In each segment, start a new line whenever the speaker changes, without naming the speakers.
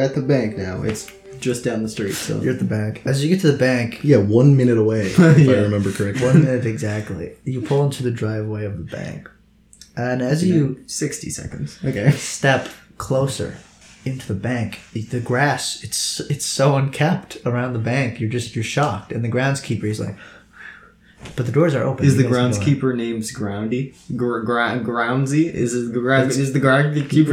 at the bank now. It's just down the street. So
You're at the bank. As you get to the bank,
yeah, one minute away, if
Yeah.
I remember correctly.
one minute exactly, you pull into the driveway of the bank. And as you
60 seconds.
Okay.
step closer into the bank, the- the grass, it's it's so unkept around the bank. You're just, you're shocked. And the groundskeeper, he's like, but the doors are open.
Is the
You guys can go in."
groundskeeper name's Groundy? Gr- gra- groundsy? Is it the ground? Is the groundskeeper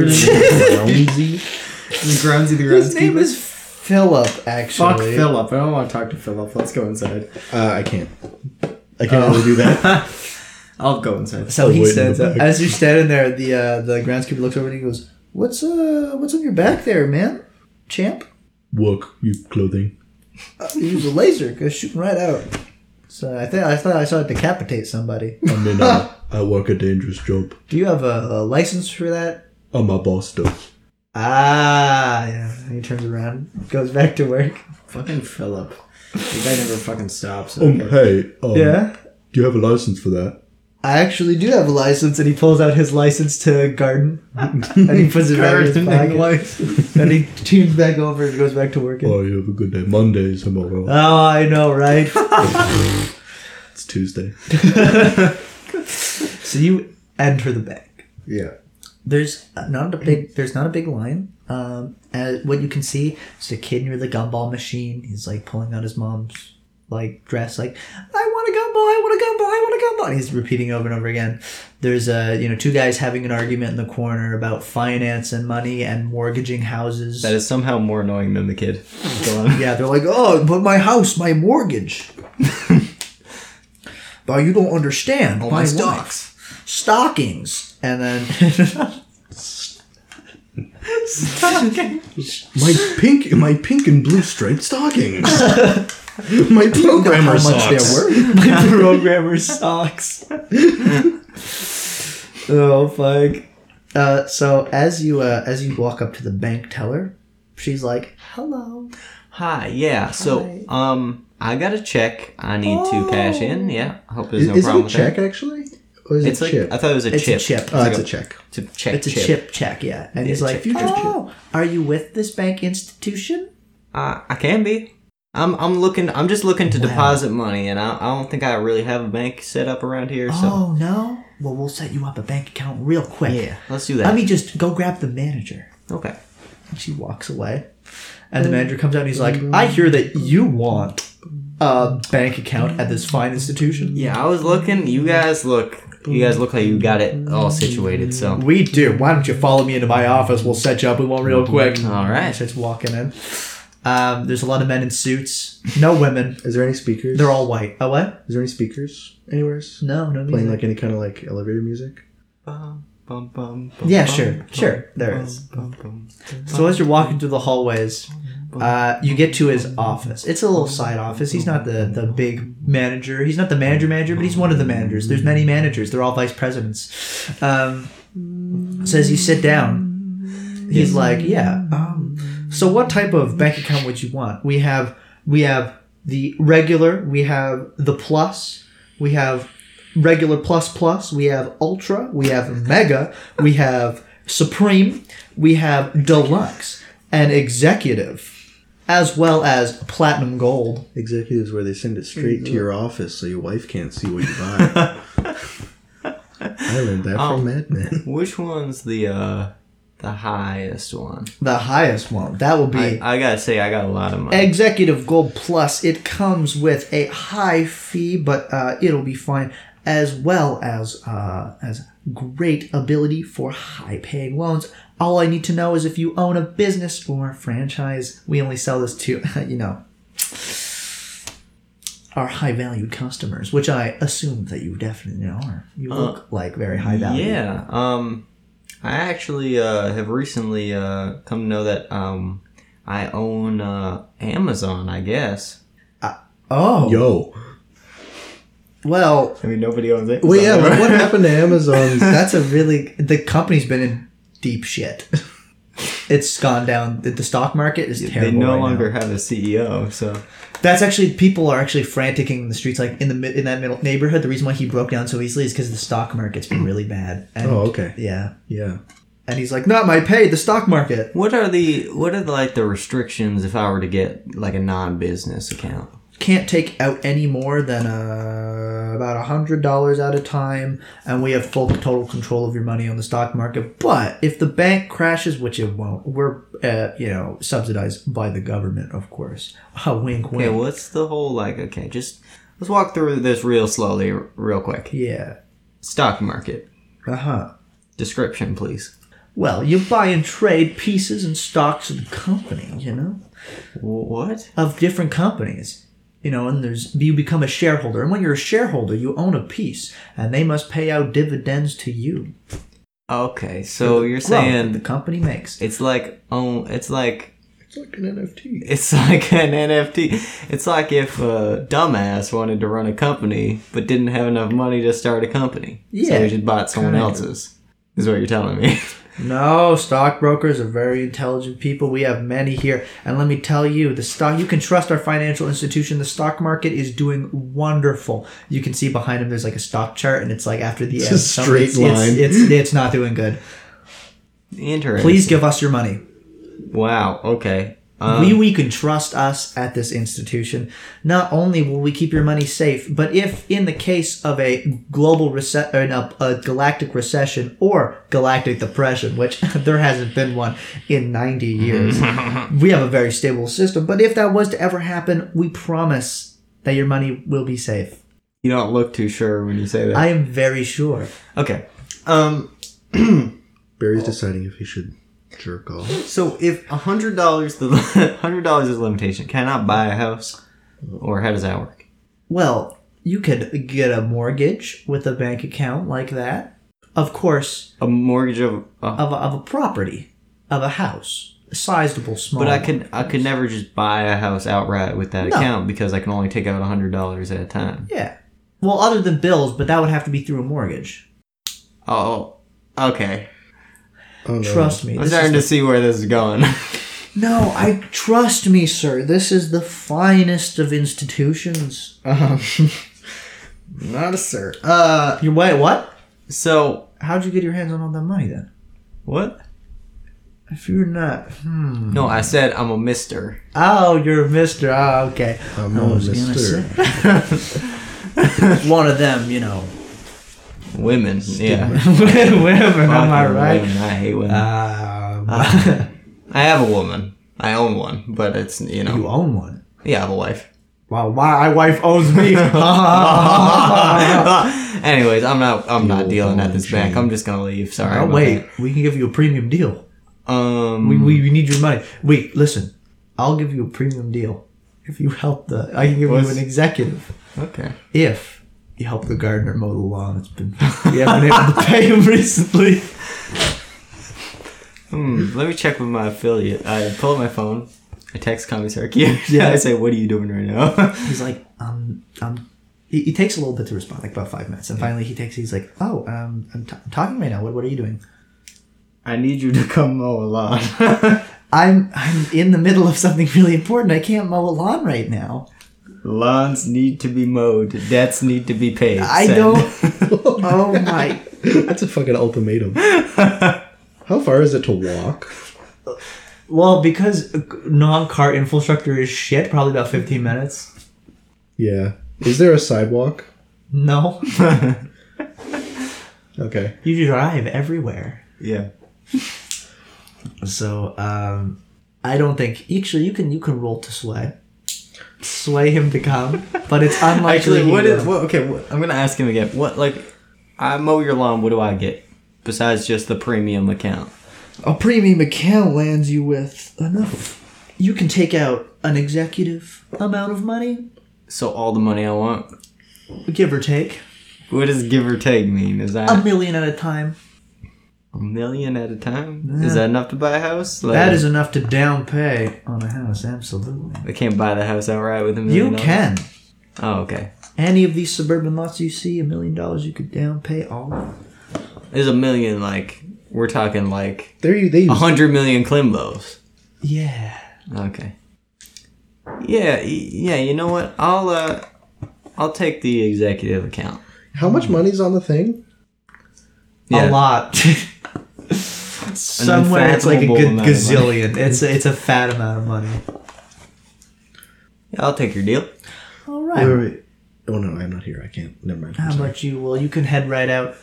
Uh,
name? is Groundsy the groundskeeper?
His name is Philip,
Fuck
actually.
Philip. I don't want to talk to Philip. Let's go inside.
Uh, I can't. I can't really do that.
I'll go inside.
So he
Wait in the
stands up.
back.
As you're standing there, the uh, the groundskeeper looks over and he goes, "What's uh what's on your back there, man, champ?
Work, you clothing.
Uh, you use a laser, go shooting right out." So I think I thought I saw it decapitate somebody.
I mean, I, I work a dangerous job.
Do you have a, a license for that?
Oh, my boss does.
Ah, yeah. He turns around, goes back to work.
Fucking Philip. The guy never fucking stops.
Um,
Okay.
hey, um,
Yeah.
do you have a license for that?
I actually do have a license, and he pulls out his license to garden, and he puts it back in his
Garden and
pocket. and he tunes back over and goes back to work.
Oh, you have a good day. Monday is tomorrow.
Oh, I know, right?
it's Tuesday.
so you enter the bank.
Yeah.
There's not a big. There's not a big line. Um, and what you can see is a kid near the gumball machine. He's like pulling out his mom's like dress, like I want a gumball, I want a gumball, I want a gumball. And he's repeating over and over again. There's uh, you know two guys having an argument in the corner about finance and money and mortgaging houses.
That is somehow more annoying than the kid. Go on.
Yeah, they're like, oh, but my house, my mortgage. but you don't understand.
All
Oh, my
my
wife.
stocks.
Stockings. And then. Stockings.
My pink, my pink and blue striped stockings. my programmer socks.
My programmer socks. oh fuck. Uh, so as you uh, as you walk up to the bank teller, she's like, "Hello."
Hi, yeah. So, um, I got a check. I need to cash in. Yeah, I hope there's
Is,
no
is it
problem
a
with
check
that.
actually, or is
It's
it
like
chip?
I thought it was a
It's
chip.
a chip.
oh, it's a check.
It's a check.
It's a chip. check, yeah. And he's
Yeah,
like,
chip, chip,
"Oh, are you with this bank institution?"
Uh, I can be. I'm I'm looking. I'm just looking to
Wow.
deposit money, and I, I don't think I really have a bank set up around here. So
Oh no! Well, we'll set you up a bank account real quick.
yeah, let's do that.
Let me just go grab the manager.
okay.
And she walks away,
Mm.
and the manager comes out and he's like, "I hear that you want a bank account at this fine institution."
Yeah, I was looking. You guys look. You guys look like you got it all situated. So
We do. Why don't you follow me into my office? We'll set you up with one real quick.
Mm-hmm. all right.
Starts walking in. Um, there's a lot of men in suits. No women.
Is there any speakers?
They're all white. Oh what?
Is there any speakers anywhere?
No, no.
Playing
music.
like any kind of like elevator music?
Bum, bum, bum, bum,
yeah,
bum,
sure,
bum,
sure. There it
bum,
is.
bum, bum.
So as you're walking through the hallways, uh, you get to his office. It's a little side office. He's not the, the big manager. He's not the manager manager, but he's one of the managers. There's many managers. They're all vice presidents. Um, so as you sit down, he's like, "Yeah. Um, so what type of bank account would you want? We have we have the regular. We have the plus. We have regular plus plus. We have ultra. We have mega. We have supreme. We have deluxe and executive, as well as platinum gold.
Executives where they send it straight to your office so your wife can't see what you buy. I learned that from Mad Men.
Which one's the uh the highest one?
The highest one that will be
I, I gotta say, I got a lot of money.
executive gold plus. It comes with a high fee, but uh, it'll be fine. As well as uh, as great ability for high paying loans. All I need to know is if you own a business or franchise. We only sell this to you know our high valued customers, which I assume that you definitely are. You look like very high value.
Yeah. Um, I actually uh, have recently uh, come to know that um, I own uh, Amazon. I guess.
Oh
Yo.
well,
I mean, nobody owns it.
Well, yeah, like, what happened to Amazon's?
That's a really the company's been in deep shit. It's gone down. The, the stock market is terrible.
They no
right now.
longer have a CEO. So
That's actually people are actually frantic in the streets, like in the mid- in that middle neighborhood. The reason why he broke down so easily is because the stock market's been really bad. And,
Oh, okay.
Yeah,
Yeah.
And he's like, not my pay, the stock market.
What are the what are like the restrictions if I were to get like a non-business account?
Can't take out any more than uh, about a $100 at a time, and we have full total control of your money on the stock market. But if the bank crashes, which it won't, we're, uh, you know, subsidized by the government, of course. Uh, wink, wink.
Okay, what's the whole like? Okay, just let's walk through this real slowly, r- real quick.
Yeah.
Stock market
Uh huh.
description, please.
Well, you buy and trade pieces and stocks of the company, you know,
Wh- What?
of different companies. You know, and there's you become a shareholder, and when you're a shareholder, you own a piece, and they must pay out dividends to you.
Okay, so you're
Growth that the
saying
company makes.
it's like oh, it's like
It's like an NFT.
It's like an NFT. It's like if a dumbass wanted to run a company but didn't have enough money to start a company.
Yeah,
So he just bought someone
kinda.
else's. Is what you're telling me.
No, stockbrokers are very intelligent people. We have many here, and let me tell you, the stock you can trust our financial institution. The stock market is doing wonderful. You can see behind him, there's like a stock chart, and it's like after the
It's
end,
a
some-
straight
it's- it's-
line.
It's, it's not doing good.
Interesting.
Please give us your money.
Wow. Okay. Um,
we, we can trust us at this institution. Not only will we keep your money safe, but if in the case of a global recession, a, a galactic recession or galactic depression, which there hasn't been one in 90 years, we have a very stable system. But if that was to ever happen, we promise that your money will be safe.
you don't look too sure when you say that.
I am very sure.
okay. Um.
Barry's deciding if he should jerk off.
So if a hundred dollars, the hundred dollars is a limitation. Can I buy a house, or how does that work?
Well, you could get a mortgage with a bank account like that. Of course,
A mortgage of. Uh,
of a, of a property, of a house, a sizable, small.
but I
one.
could I could never just buy a house outright with that
No.
account because I can only take out hundred dollars at a time.
Yeah. Well, other than bills, but that would have to be through a mortgage.
Oh, okay.
Oh, no.
Trust me.
I'm
this
starting to
is
see where this is going.
the- no, I trust me, sir. This is the finest of institutions.
Um, not a sir. Uh,
You wait, what?
so,
How'd you get your hands on all that money then?
what?
If you're not, hmm.
No, I said I'm a mister.
Oh, you're Mister. Oh, okay.
I'm
I
on
was gonna
Mister.
say. One of them, you know.
Women, yeah.
Women, am I
Fucking
right?
women, I hate women.
Um,
I have a woman. I own one, but it's, you know.
you own one.
Yeah, I have a wife.
Wow, my wife owes me.
Oh, Anyways, I'm not I'm not
You
dealing at
own
this bank. I'm just going to leave. Sorry.
Oh
about
wait, we can give you a premium deal.
that. Um
We, we, we need your money. Wait, listen, I'll give you a premium deal if you help the. I can give you an executive
okay.
if you help the gardener mow the lawn. It's been we haven't been able to pay him recently.
Hmm, let me check with my affiliate. I pull up my phone. I text Commissar Q.
Yeah.
Yeah, I say, "What are you doing right now?"
He's like, um, um. He, he takes a little bit to respond, like about five minutes, and finally he takes. He's like, oh, um, I'm, t- I'm talking right now. What what are you doing?
I need you to come mow a lawn.
I'm I'm in the middle of something really important. I can't mow a lawn right now.
Lawns need to be mowed. Debts need to be paid.
I
Send.
don't. oh my
That's a fucking ultimatum. How far is it to walk?
Well, because non-car infrastructure is shit, probably about 15 minutes.
Yeah. Is there a sidewalk?
No.
Okay.
you drive everywhere.
Yeah.
So, um, I don't think... Actually, you can you can roll to sway. Sway him to come. But it's unlikely
Actually,
he
what is
will.
what? Okay, what, I'm gonna ask him again. What like? I mow your lawn. What do I get besides just the premium account?
A premium account lands you with enough. You can take out an executive amount of money,
So all the money I want.
give or take.
What does give or take mean? Is that
A million at a time.
a million at a time? Is that enough to buy a house? Like,
That is enough to down pay on a house, absolutely.
I can't buy the house outright with a million.
You
dollars?
can.
Oh, okay.
any of these suburban lots you see, a million dollars you could down pay all. of.
There's a million. Like we're talking like
There you they
a
use
hundred million Klimbos.
Yeah.
Okay. Yeah, y- yeah. You know what? I'll uh, I'll take the executive account.
How much money's on the thing?
Yeah.
A lot. somewhere it's like a
unfathomable
good
amount of
gazillion. It's a, it's a fat amount of money.
Yeah, I'll take your deal.
All
Wait,
right.
wait, wait. Oh no, I'm not here. I can't. Never mind. I'm
How
sorry.
about you? Well, you can head right out,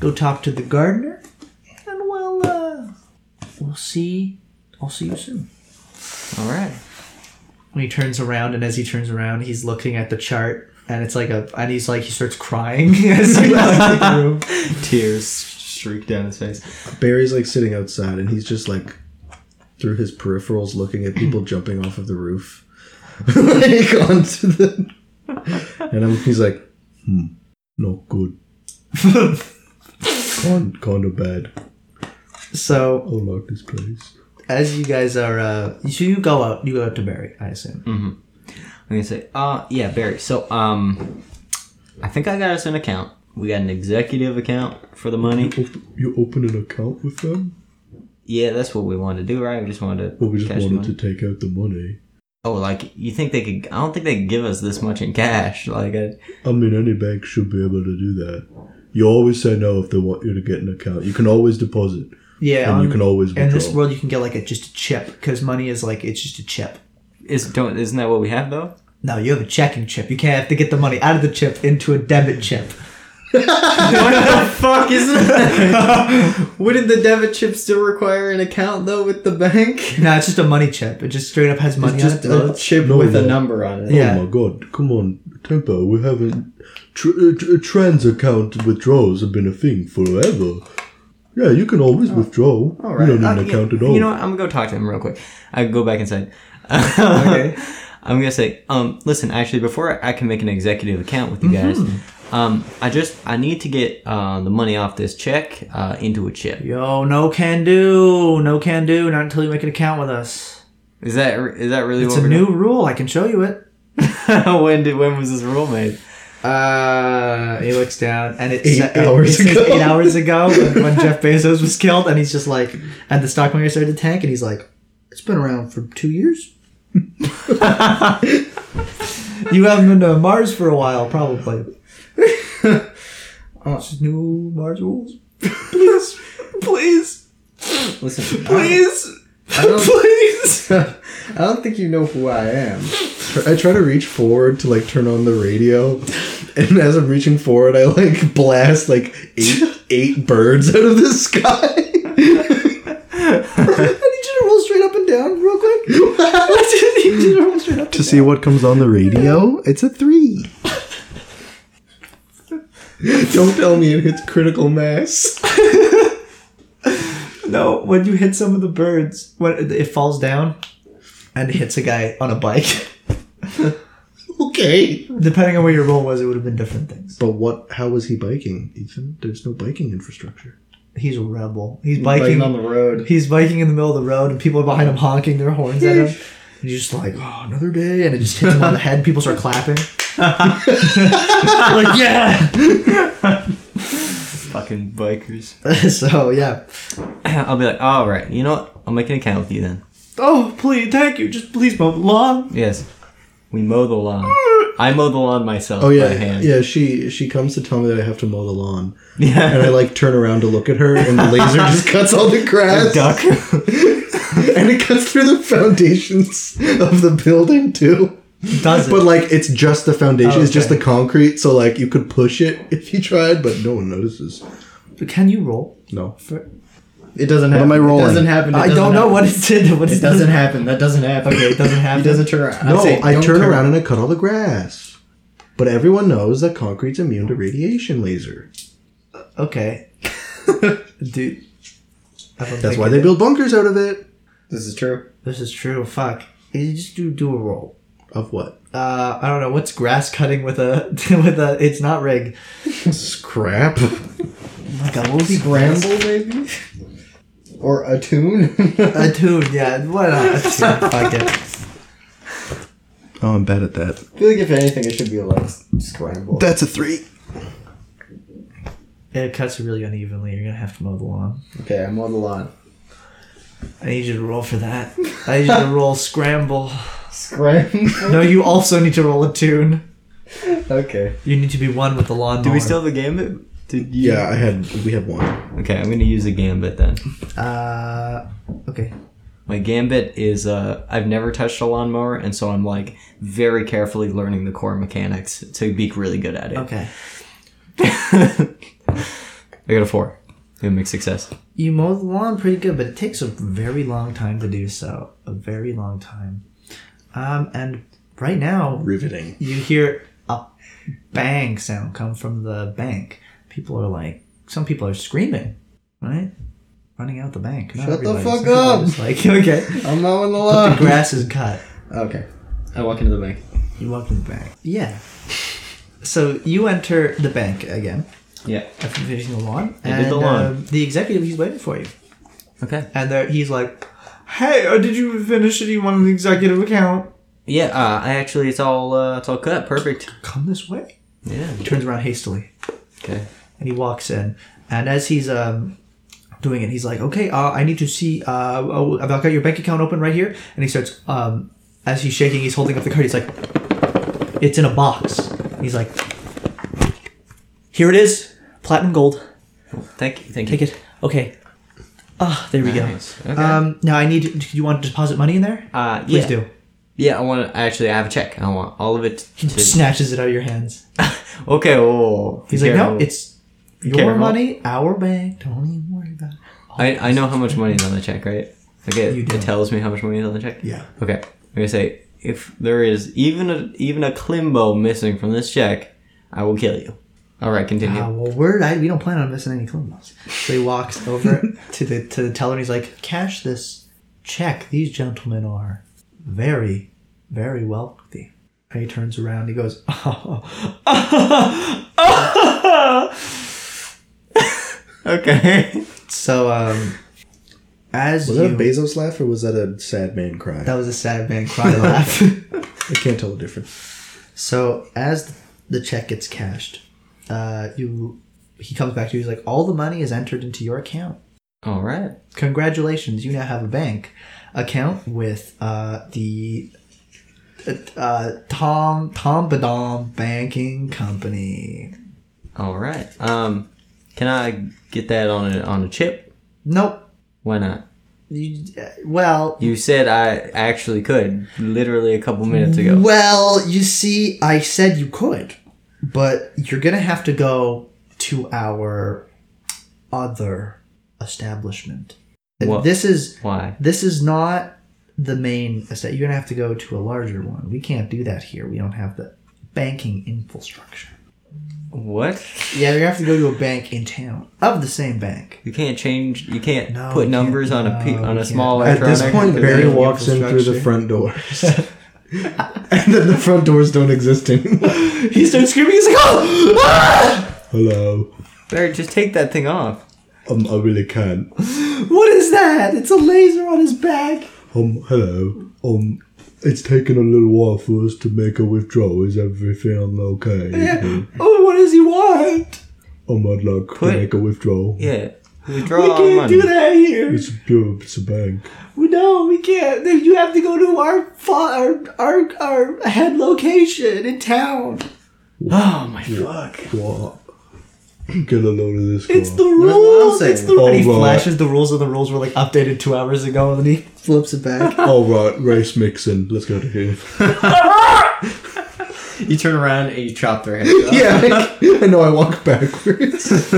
go talk to the gardener, and we'll uh, we'll see. I'll see you soon.
All right.
And he turns around, and as he turns around, he's looking at the chart, and it's like a, and he's like, he starts crying as he left the room.
Tears streak down his face.
Barry's like sitting outside and he's just like through his peripherals looking at people jumping off of the roof. like onto the And I'm, he's like, hmm, not good. kind, kind of bad. I
So
don't like this place.
as you guys are, uh, so you go out, you go out to Barry, I assume.
I'm gonna say, uh, yeah, Barry. So, um, I think I got us an account. We got an executive account for the money.
Op- you open an account with them?
Yeah, that's what we wanted to do, right? We just wanted to.
Well, we just
cash the
wanted
money.
to take out the money.
Oh, like you think they could? I don't think they could give us this much in cash. Like, uh, I,
I mean, any bank should be able to do that. You always say no if they want you to get an account. You can always deposit,
Yeah,
and you
on-
can always withdraw.
in this world, you can get like a just a chip because money is like it's just a chip.
is don't isn't that what we have though?
No, you have a checking chip. You can't have to get the money out of the chip into a debit chip.
what the fuck is that?
Wouldn't the debit chip still require an account though with the bank?
No, it's just a money chip. It just straight up has money
It's
on
just
it. though.
a chip
uh, No,
with a
no.
number on it.
Yeah.
Oh my god, come on, Tempo, we haven't. Tr- uh, tr- trans account withdrawals have been a thing forever. Yeah, you can always withdraw.
alright.
You don't need
Uh,
an
yeah,
account at all.
You know what? I'm gonna go talk to him real quick. I can go back inside.
Okay.
I'm gonna say, um, listen, actually, before I can make an executive account with you guys, um, I just I need to get uh, the money off this check uh, into a chip.
Yo, no can do, no can do. Not until you make an account with us.
Is that is that really
It's
what
a
we're
new rule. I can show you it.
doing? when did when was this rule made?
Uh, he looks down, and it's
Eight hours
it says
ago.
Eight hours ago, when, when Jeff Bezos was killed, and he's just like, and the stock market started to tank, and he's like, it's been around for two years. you haven't been to Mars for a while, probably. Uh, It's just new Mars rules. Please, please,
Listen,
please,
I don't,
please.
I don't think you know who I am.
I try to reach forward to like turn on the radio, and as I'm reaching forward, I like blast like eight eight birds out of the sky.
I need you to roll straight up and down, real quick. I need you to roll straight up.
to see what comes on the radio, it's a three. Don't tell me it hits critical mass.
No, when you hit some of the birds, when it falls down and hits a guy on a bike.
Okay.
Depending on where your roll was, it would have been different things.
But what? How was he biking, Ethan? There's no biking infrastructure.
He's a rebel. He's
Biking
biking.
on the road.
he's biking in the middle of the road, and people are behind him honking their horns at him. And he's just like, oh, another day, and it just hits him on the head. People start clapping. like yeah.
Fucking bikers.
so yeah.
I'll be like, all right, you know what? I'll make an account with you then.
Oh please, thank you. Just please, mow the lawn.
Yes, we mow the lawn. I mow the lawn myself
Oh
by
yeah,
hand.
yeah. She she comes to tell me that I have to mow the lawn, and
yeah.
I like turn around to look at her, and the laser just cuts all the grass,
Duck.
and it cuts through the foundations of the building too.
Does it?
But like, it's just the foundation;
Oh,
it's just
okay.
the concrete. So like, you could push it if you tried, but no one notices.
Can you roll?
No,
It doesn't happen.
am I rolling?
It doesn't happen. It
I
doesn't
don't know
happen.
what it did. What
It doesn't happen. That doesn't happen.
Okay, it doesn't happen.
He doesn't turn around. I'd
no.
say,
I
don't
turn around and I cut all the grass. But everyone knows that concrete's immune to radiation laser.
Okay. Dude. I don't
That's
think
why
it-
they build bunkers out of it.
This is true.
This is true. Fuck. You just do do a roll.
Of what?
Uh, I don't know what's grass cutting with a with a. It's not rig.
Scrap.
Like a wolfie
Scramble, maybe? Or a tune?
A tune. Yeah. Why not? A tune, Fuck it.
Oh, I'm bad at that.
I feel like if anything, it should be like s- scramble.
That's a three.
It cuts really unevenly. You're gonna have to mow the lawn.
Okay, I'm on the line.
I need you to roll for that. I need you to roll scramble.
Scramble.
No, you also need to roll a tune.
okay.
You need to be one with the lawn.
Do we still have the gambit? Did you?
Yeah, I had we had one.
Okay, I'm gonna use a gambit then.
Uh, okay.
My gambit is uh, I've never touched a lawnmower, and so I'm like very carefully learning the core mechanics to be really good at it.
Okay.
I got a four. It makes success.
You mow the lawn pretty good, but it takes a very long time to do so. A very long time. Um, and right now,
Riveting.
you hear a bang sound come from the bank. People are like, some people are screaming, right? Running out the bank. Not
Shut the
everybody.
fuck
Some people are
up. Uh.
just Like, okay,
I'm mowing the
the
lawn.
grass is cut.
Okay. I walk into the bank.
You walk in the bank. Yeah. So you enter the bank again
Yeah.
after finishing the lawn,
did the lawn.
um, the executive he's waiting for you,
Okay.
and there he's like, "Hey, uh, did you finish it? You want an executive account?
Yeah. Uh, I actually, it's all uh, it's all cut. Perfect.
Come this way."
Yeah.
He turns around hastily.
Okay.
and he walks in. And as he's um, doing it, he's like, "Okay, uh, I need to see. Uh, oh, I've got your bank account open right here." And he starts. Um, as he's shaking, he's holding up the card. He's like, "It's in a box." He's like, "Here it is, platinum gold.
Thank you. Thank you.
Take it. Okay. Ah, there we
Nice. Okay.
go. Um, now I need. Do you want to deposit money in there?
uh,
Please
yeah.
do."
Yeah, I want to actually. I have a check. I want all of it.
He
to-
snatches it out of your hands.
okay. Oh.
He's like, "No, it's your
Careful.
money, our bank. Don't even worry about it."
I, I know how much money is on the check, right? Like it,
You do.
it tells me how much money is on the check.
Yeah.
Okay. I'm gonna say if there is even a even a Klimbo missing from this check, I will kill you. All right, continue.
Uh, well, we're I, we don't plan on missing any Columbus. So he walks over to the to the teller and he's like, "Cash this check. These gentlemen are very, very wealthy." And he turns around. He goes,
Okay.
"So, um, as
Was
you,
that a Bezos laugh or was that a sad man cry?
that was a sad man cry laugh."
I can't tell the difference.
So as the check gets cashed, uh, you he comes back to you. He's like, "All the money is entered into your account."
all right.
congratulations you now have a bank account with uh, the uh, uh, tom tom badom banking company
All right. Um, can I get that on a on a chip?
nope
Why not?
you, uh, well
You said I actually could literally a couple minutes ago.
well you see i said you could but you're gonna have to go to our other establishment And
What?
this is
Why?
this is not the main estate. You're gonna have to go to a larger one. We can't do that here. We don't have the banking infrastructure.
What?
Yeah, you're gonna have to go to a bank in town of the same bank.
You can't change. You can't
No,
put
we
numbers
can't.
on a pe- on
No, we
a
can't.
small.
At this
electronic
point, Barry
device.
walks in through the
infrastructure.
front doors. and then the front doors don't exist anymore.
He starts screaming. He's like, "Oh!"
Hello.
Barry, just take that thing off.
Um, I really can't.
What is that? It's a laser on his back.
Um, hello. Um, it's taken a little while for us to make a withdrawal. Is everything okay?
Oh, what does he want?
Um, I'd like
Put-
to make a withdrawal.
Yeah. Withdraw
We
all
can't
money.
do that here.
It's, a- it's a bank.
We- No, we can't. You have to go to our fa- our our, our head location in town.
Oh my fuck.
What? Get a load of this
It's
guy.
the rules.
saying.
It's the
Oh,
rules.
All
And he
right.
flashes the rules, and the rules were like updated two hours ago, and then he flips it back.
All right, race mixing. Let's go to here.
You turn around and you chop their head off.
yeah, I, I know. I walk backwards.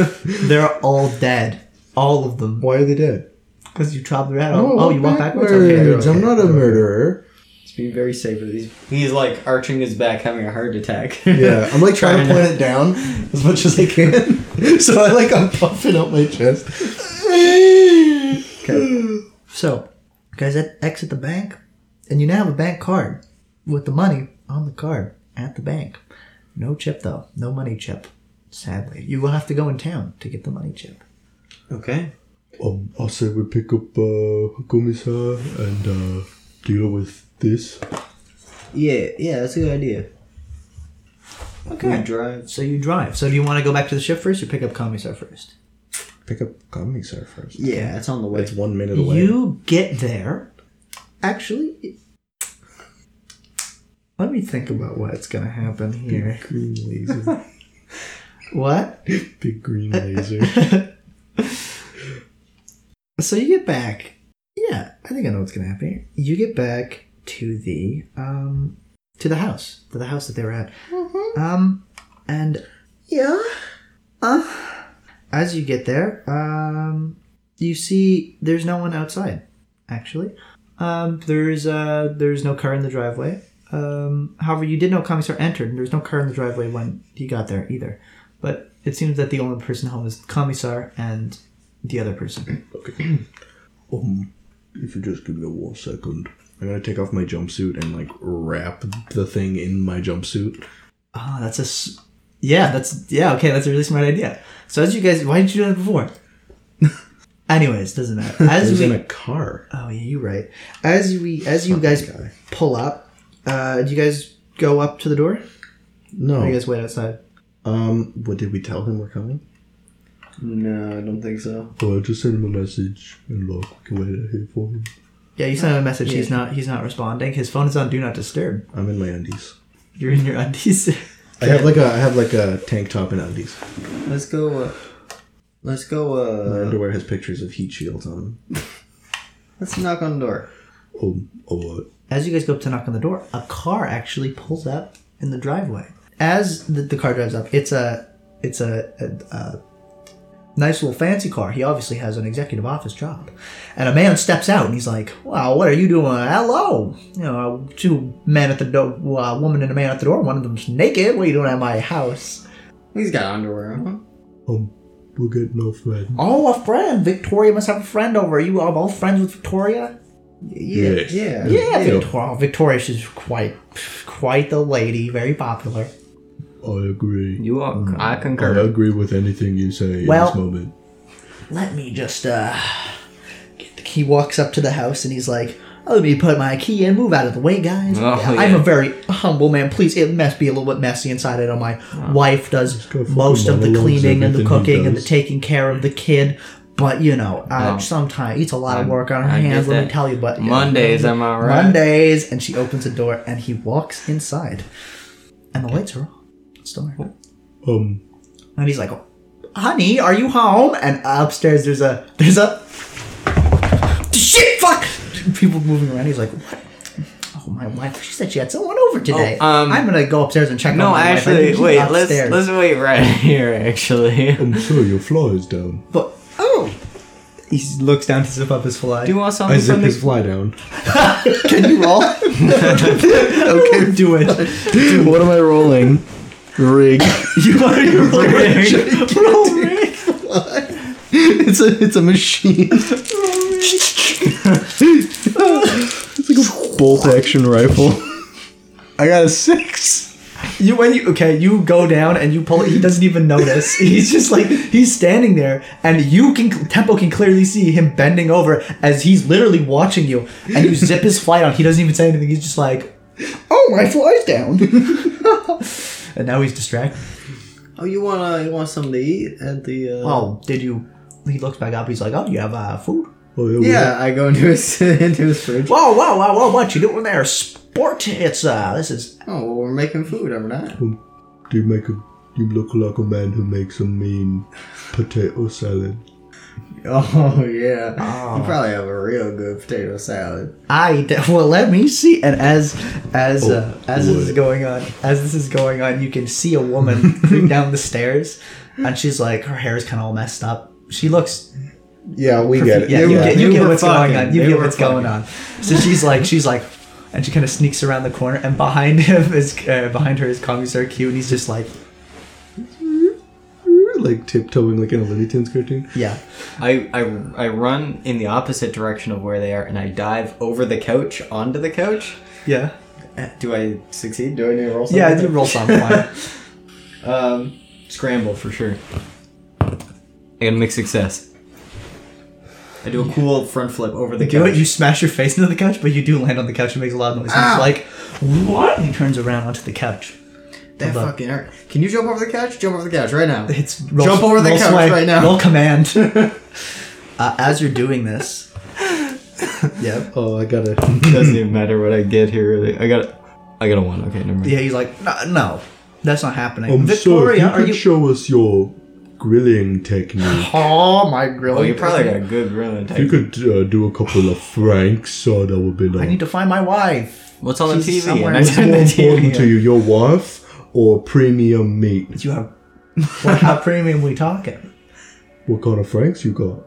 They're all dead. All of them.
Why are they dead?
Because you chopped their head off. oh, you walk backwards? Okay, they're
backwards. I'm
okay.
not a murderer.
Just be very safe with these. He's like arching his back, having a heart attack.
Yeah, I'm like trying to point it down as much as I can. so I like I'm puffing out my chest.
So, you guys e- exit the bank, and you now have a bank card with the money on the card at the bank. No chip, though. No money chip. Sadly. You will have to go in town to get the money chip.
okay.
Um, I say we pick up uh, Gumisa and uh, deal with this.
Yeah, yeah, that's a good idea. We drive.
So you drive. So do you want to go back to the ship first or pick up Commissar first?
Pick up Gumisa first.
Yeah, it's on the way.
It's one minute away.
You get there. Actually, it- let me think about what's going to happen here.
Green laser.
What?
Big green laser.
So you get back. Yeah, I think I know what's gonna happen. here. You get back to the um to the house, to the house that they were at. Um, and yeah, uh, as you get there, um, you see there's no one outside. Actually, um, there's uh there's no car in the driveway. Um, however, you did know Commissar entered, and there was no car in the driveway when he got there either. But it seems that the only person home is Commissar and the other person.
um, if you just give me one second, I'm gonna take off my jumpsuit and like wrap the thing in my jumpsuit.
Oh, that's a. s- Yeah, that's. Yeah, okay, that's a really smart idea. So, as you guys. Why didn't you do that before? Anyways, doesn't matter.
It
As
was in
we.
a car.
Oh, yeah, you're right. As we. As you guys pull up, uh, do you guys go up to the door? Or you
No.
guys wait outside?
Um. What did we tell him we're coming?
No, I don't think so.
Oh, I just sent him a message and look, we can wait out here for him.
Yeah, you sent him a message. He's not. He's not responding. His phone is on do not disturb.
I'm in my undies.
You're in your undies.
I have like a I have like a tank top and undies.
Let's go. Uh, let's go.
My
Uh,
underwear has pictures of heat shields on them.
let's knock on the door.
Oh, oh,
As you guys go up to knock on the door, a car actually pulls up in the driveway. As the, the car drives up, it's a it's a, a, a nice little fancy car. He obviously has an executive office job, and a man steps out and he's like, "Wow, what are you doing? Hello, you know, uh, two men at the door, uh, woman and a man at the door. One of them's naked. What are you doing at my house?
He's got underwear on.
um, we're getting off friend.
Oh, a friend. Victoria must have a friend over. Are you all both friends with Victoria?"
Yeah,
Yes.
yeah.
Yeah,
Yeah.
Victoria. Victoria, she's quite, quite the lady. Very popular.
I agree.
You are.
Mm.
I
I
concur.
agree with anything you say
Well-
in this moment.
let me just uh get the key walks up to the house and he's like "Oh, let me put my key in move out of the way guys
Oh,
Yeah, i'm
yeah.
a very humble man please it must be a little bit messy inside i know my
Oh.
wife does
go fucking
most of the
monologues,
cleaning and the
everything he
cooking and the
does.
taking care of the kid but you know uh,
Oh.
sometimes it's a lot of work on her
I get
hands let me
that.
tell you but
Mondays, am I right?
mondays and she opens the door and he walks inside and the lights are on it's still there
Um,
and he's like, "Honey, are you home?" And upstairs there's a there's a shit fuck people moving around. He's like, "What?" Oh, my wife. She said she had someone over today.
Oh, um,
I'm gonna go upstairs and check. on
No,
my wife. I
actually,
think she's
wait. Let's
upstairs."
let's wait right here. Actually, do
I'm sure your fly is down.
But oh, he looks down to zip up his fly.
you want
I
something
zip
from
his
the?
fly down.
Can you roll? okay, do it.
what am I rolling? Rig.
You are your roll.
it's a it's a machine. it's like a bolt action rifle. I got a six.
You when you okay, you go down and you pull it. He doesn't even notice. He's just like he's standing there, and you can Tempo can clearly see him bending over as he's literally watching you. And you zip his fly down. He doesn't even say anything. He's just like, "Oh, my fly's down," and now he's distracted.
Oh, you want uh, you want something to eat at the? Uh,
Oh, did you? He looks back up. He's like, "Oh, you have uh, food?
Oh yeah. we have-
yeah. I go into his into his fridge.
Whoa, whoa, whoa, whoa! What you doing there, sport? It's uh, this is
Oh, well, we're making food. I'm not.
Do you make a? You look like a man who makes a mean potato salad.
Oh yeah. You
Oh.
probably have a real good potato salad.
I d- well, let me see. And as as uh,
Oh,
as this is
boy.
going on, as this is going on, you can see a woman creep down the stairs, and she's like, her hair is kind of all messed up. She looks.
Yeah, we
Yeah, you
were-
get, you
they
get
were
what's going
fucking.
on. You
They
get
were
what's going on. So she's like, she's like, and she kind of sneaks around the corner, and behind him is uh, behind her is Commissar Q, and he's just like,
like tiptoeing like in a Looney Tunes cartoon.
yeah.
I, I I run in the opposite direction of where they are, and I dive over the couch onto the couch.
Yeah.
Do I succeed?
Do I need to roll? Something?
Yeah, you roll something.
Um, scramble for sure. I got a mixed success. I do a cool front flip over the
Do
couch.
it. You smash your face into the couch, but you do land on the couch. It makes a loud noise.
Ah!
And he's like, what? And he turns around onto the couch.
That
Hold up.
fucking hurt. Can you jump over the couch? Jump over the couch right now.
It's roll,
Jump over the
roll
couch
sway,
right now.
Roll command. uh, as you're doing this, yep.
Oh, I gotta.
Doesn't even matter what I get here. Really. I got I got a one. Okay, never mind.
Yeah, he's like, no, no, That's not happening.
Um, sir, if
Victoria,
you
are
could
you?
show us your grilling technique.
oh my grilling.
Well, you probably got a good grilling
If you
technique.
could uh, do a couple of franks, uh, that would be nice.
Oh, I need to find my wife.
What's on the
She's
TV?
somewhere.
Next
What's
time
more
the
important
TV.
to you, your wife or premium meat?
You have. What, how premium we talking?
What kind of franks you got?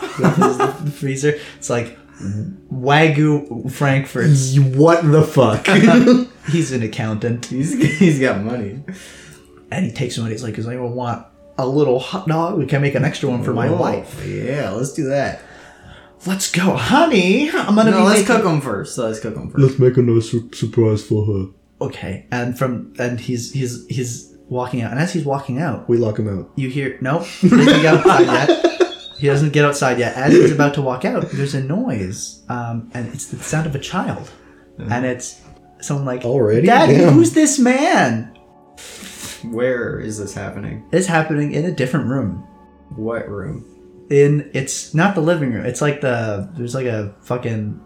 the freezer. It's like wagyu frankfurts.
What the fuck?
He's an accountant,
He's, he's got money.
and he takes money. He's like, "Does anyone want a little hot dog? We can make an extra one for my
Oh,
wife.
Yeah, let's do that.
Let's go, honey. I'm gonna
No,
be
let's
making-
cook them first. Let's cook them first.
Let's make a nice su- surprise for her.
okay." And from and he's he's he's walking out, and as he's walking out,
We lock him out.
You hear no? He doesn't get outside yet. He doesn't get outside yet. As he's about to walk out, there's a noise, um, and it's the sound of a child, and it's someone like,
Already?
Daddy,
Damn.
who's this man?"
Where is this happening?
It's happening in a different room.
What room?
In it's not the living room. It's like the there's like a fucking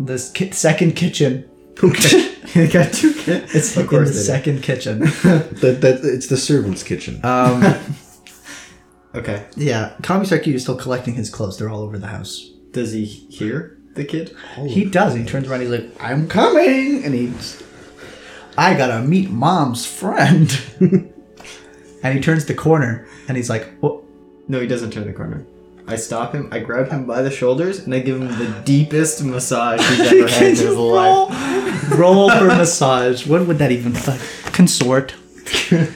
this ki- second kitchen.
I got two kids.
It's in
of
the
course. They
second kitchen.
That, that, it's the servant's kitchen.
Um,
do. Okay.
yeah, Kamisaki is still collecting his clothes. They're all over the house.
Does he hear the kid?
He does. He turns around. He's like, "I'm coming," and he's, "I gotta meet mom's friend." and he turns the corner, and he's like, "What?"
No, he doesn't turn the corner. I stop him. I grab him by the shoulders and I give him the deepest massage he's ever had in his life.
roll, roll for massage. What would that even fuck? Consort.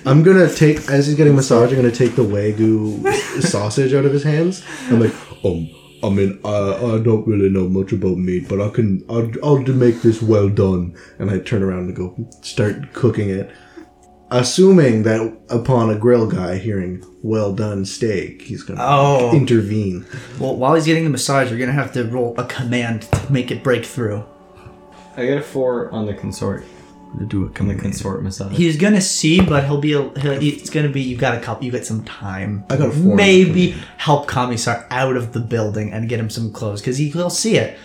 I'm gonna take as he's getting massaged. I'm gonna take the wagyu sausage out of his hands. I'm like, um, I mean, I, I don't really know much about meat, but I can, I'll, I'll do- make this well done. And I turn around and go start cooking it, assuming that upon a grill guy hearing "well done steak," he's gonna
Oh.
intervene.
Well, while he's getting the massage, you're gonna have to roll a command to make it break through.
I got a four on the consort.
Do it.
On the consort massage.
He's gonna see, but he'll be. a- He'll, it's gonna be. You've got a couple. You got some time.
I got a four.
Maybe help Kamisar out of the building and get him some clothes because he will see it.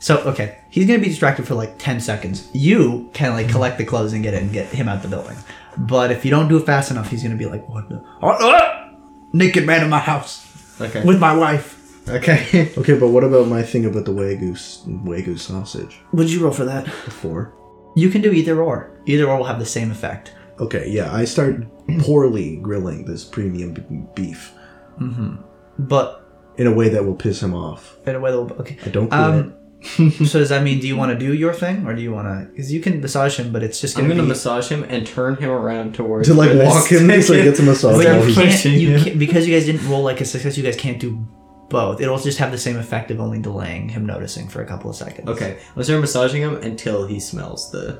So okay, he's gonna be distracted for like ten seconds. You can like collect the clothes and get it and get him out the building. But if you don't do it fast enough, he's gonna be like, "What the oh, ah! naked man in my house
Okay.
with my wife?"
Okay.
Okay, but what about my thing about the wagyu s- wagyu sausage?
Would you roll for that?
A four.
You can do either or. Either or will have the same effect.
Okay, yeah, I start poorly grilling this premium b- beef.
But
in a way that will piss him off.
in a way, they'll- okay.
I don't.
Um,
Um,
so does that mean do you want to do your thing or do you want to? Because you can massage him, but it's just
I'm
gonna,
gonna
be.
massage him and turn him around towards
to like
where the
walk him so he
stick
gets a massage.
Like,
But
while
you
he's-
push-
can't,
pushing
you
him.
can't because you guys didn't roll like a success. You guys can't do both. It'll just have the same effect of only delaying him noticing for a couple of seconds.
Okay, let's start massaging him until he smells the.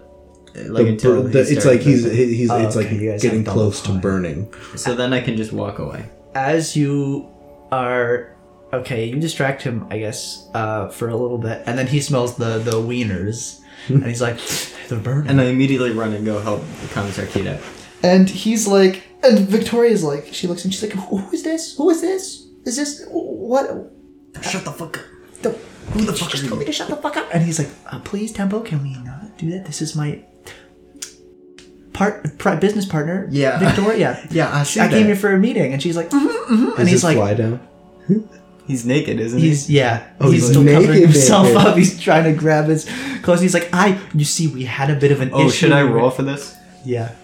the
Like until
bur-
he
the- it's
starts
like he's
burping.
he- he's
Oh,
it's like
okay, you guys
getting
have double
close to
time.
burning.
So then I can just walk away.
As you are okay, you distract him, I guess, uh, for a little bit, and then he smells the the wieners, and he's like, "They're burning."
Hmm. And I immediately run and go help the commissar kid out.
And he's like, and Victoria's like, she looks and she's like, "Who who is this? Who is this? Is this what?
Shut the fuck up.
The, Who the fuck just told me to shut the fuck up?" And he's like, uh, "Please, Tempo, can we not do that? This is my part pri- business partner,
Yeah.
Victoria.
Yeah, I see
I came
that.
here for a meeting." And she's like, "Mhm, mhm," and
Is
he's
his
like,
fly down?
He's naked, isn't
He's yeah.
Oh,
he's,
he's
still covering
naked,
himself
naked.
up. He's trying to grab his clothes. He's like, "I, you see, we had a bit of an
he? Oh,
issue."
should I roll for this?
Yeah.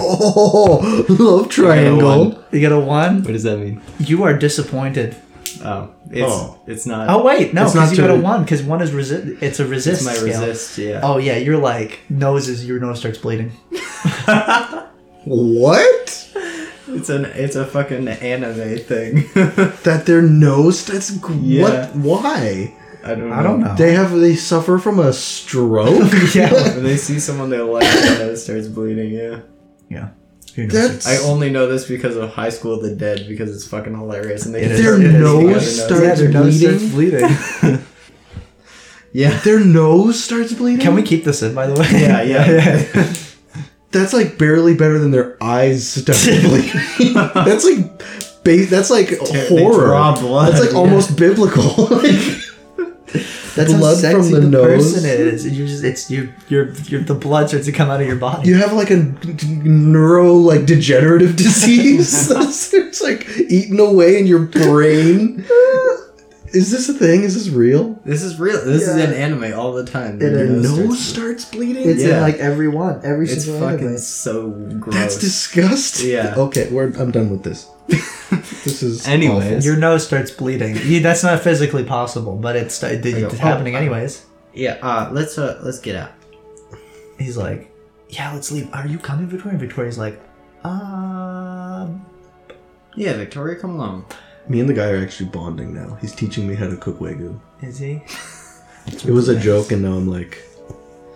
Oh, love triangle.
You got a one.
What does that mean?
You are disappointed.
Oh, it's
Oh.
it's not.
Oh wait, no,
It's not
because you got a
to-
one. Because one is resist. It's a resist.
it's my
scale.
resist. Yeah.
Oh yeah, you're like noses. Your nose starts bleeding.
What?
It's an it's a fucking anime thing.
That their nose? That's gr-
Yeah.
what? Why?
I don't. Know.
I don't know.
They have they suffer from a stroke.
yeah.
When they see someone they like, their nose starts bleeding. Yeah.
Yeah. Your nose
That's
starts-
I only know this because of High School of the Dead because it's fucking hilarious and they
It
just
is.
their
start hitting
nose
each other.
starts
Yeah, their nose starts
bleeding.
Yeah.
their nose starts bleeding.
Can we keep this in, by the way?
Yeah, yeah.
That's like barely better than their eyes start bleeding. that's like, ba- that's like
They
horror.
draw blood,
That's like
yeah.
almost biblical. Like,
That's
blood
how sexy
from the,
the,
nose.
person is. You just it's you you're, you're the blood starts to come out of your body.
You have like a d- d- neuro like degenerative disease. That's- it's like eaten away in your brain. Is this a thing? Is this real?
This is real. This
Yeah.
is in anime all the time.
It
Your
is.
nose starts-
starts bleeding.
It's
Yeah.
in like every one, every
It's
single one of
fucking
it.
so gross.
That's disgusting.
Yeah.
Okay, we're, I'm done with this. this is
Anyways.
Your nose starts bleeding. You, that's not physically possible, but it's it,
go,
it's
"Oh,
happening anyways.
yeah. Uh, let's uh, let's get out.
He's like, "Yeah, let's leave. Are you coming, Victoria?" And Victoria's like, "Um,
Yeah, Victoria, come along.
awful. Me and the guy are actually bonding now. He's teaching me how to cook wagyu.
is he?"
It was a joke, and now I'm like,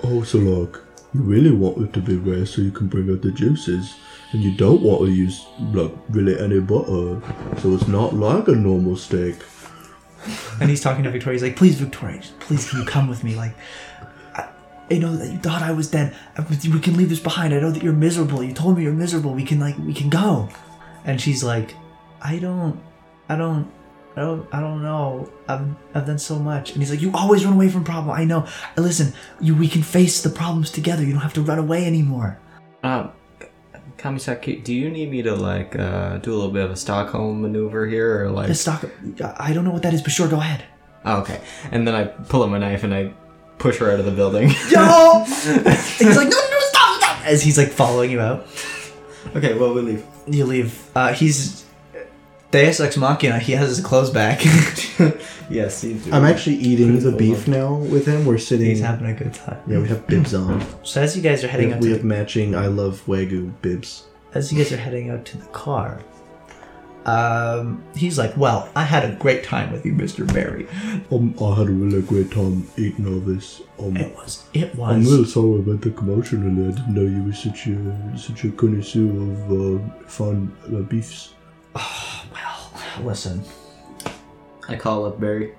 oh, so like, you really want it to be rare so you can bring out the juices, and you don't want to use like really any butter, so it's not like a normal steak.
And he's talking to Victoria. He's like, "Please, Victoria, just- please, can you come with me? Like, I, I know that you thought I was dead. I- We can leave this behind. I know that you're miserable. You told me you're miserable. We can like, we can go." And she's like, "I don't, I don't." I don't, I don't know. I've, I've done so much. And he's like, You always run away from problem. I know. Listen, you, we can face the problems together. You don't have to run away anymore.
Um, Kamisaki, do you need me to like uh, do a little bit of a Stockholm maneuver here, or like?
The stock. I don't know what that is, but sure, go ahead.
Oh, okay, and then I pull out my knife and I push her out of the building.
Yo! he's like, no, no, stop, stop! As he's like following you out.
Okay, well we leave.
You leave. Uh, he's Deus Ex Machina. He has his clothes back.
Yes, you do.
I'm actually eating the beef now with him. We're sitting.
he's having a good time.
yeah, we have bibs on.
So as you guys are
We
heading
have,
out,
we
to
have matching I love wagyu bibs.
as you guys are heading out to the car, um, he's like, "Well, I had a great time with you, Mister Barry.
Um, I had a really great time eating all this. Um,
It was, it
I'm
was."
really sorry about the commotion earlier. I didn't know you were such a such a connoisseur of uh, fine uh, beefs.
Well, oh, listen.
I call up Barry.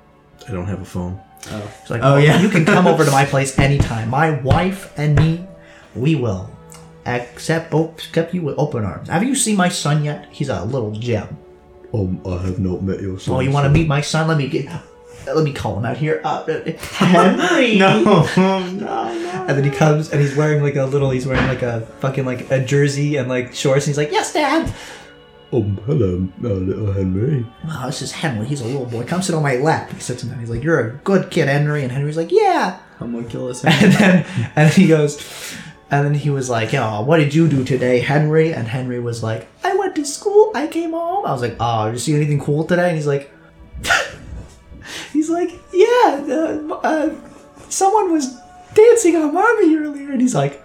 I don't have a phone.
He's like,
Oh,
"Oh
yeah.
yeah, you can come over to my place anytime. My wife and me, we will accept oh, accept you with open arms. Have you seen my son yet? He's a little gem.
Um, I have not met your son.
Oh, you want to meet my son? Let me get, let me call him out here. Uh, uh, Henry.
No,
Oh.
no,
And then he comes and he's wearing like a little. He's wearing like a fucking like a jersey and like shorts. And he's like, "Yes, Dad."
Um, hello, uh, little Henry.
Oh, this is Henry. He's a little boy. Come sit on my lap. He sits him down. He's like, "You're a good kid, Henry." And Henry's like, "Yeah."
Homunculus.
and then and he goes and then he was like oh what did you do today henry and henry was like i went to school i came home i was like oh did you see anything cool today and he's like he's like yeah uh, uh, someone was dancing on mommy earlier and he's like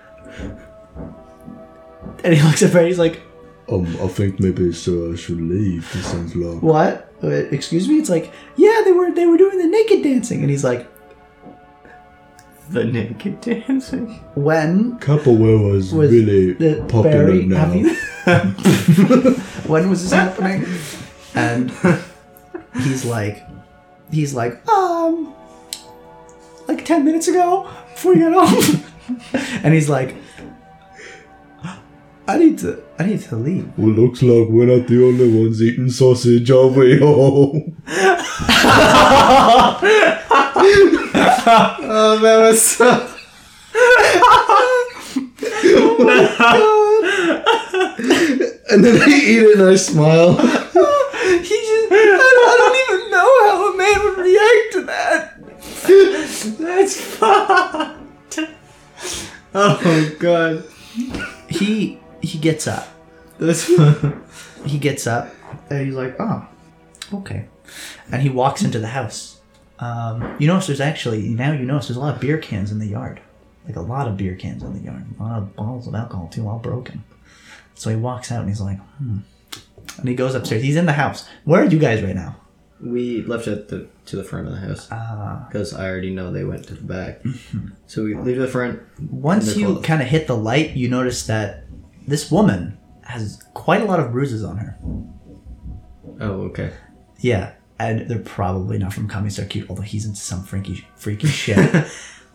and he looks at her he's like
Um, I think maybe so. I should leave. This sounds like.
what Uh, excuse me it's like yeah they were they were doing the naked dancing and he's like
The naked dancing.
when
Capoeira is
Was
really
the
popular
Barry,
now.
have you- when was this happening? And he's like, he's like, um, like ten minutes ago before you got home, and he's like, I need to, I need to leave.
Well, looks like we're not the only ones eating sausage, are we? Oh.
oh, that was so.
And then I eat it and I smile.
He just, I don't even know how a man would react to that.
That's fucked. Oh god,
He he gets up.
that's fucked.
he gets up and he's like, oh, okay. And he walks into the house. Um, you notice there's actually, now you notice there's a lot of beer cans in the yard. Like a lot of beer cans in the yard. A lot of bottles of alcohol, too, all broken. So he walks out and he's like, hmm. And he goes upstairs. He's in the house. Where are you guys right now?
We left at the to the front of the house
Ah.
because I already know they went to the back. so we leave the front.
Once
They're
you
closed.
kind of hit the light, you notice that this woman has quite a lot of bruises on her.
Oh, okay.
Yeah. And they're probably not from Kamisar Cute, although he's into some freaky, freaky shit.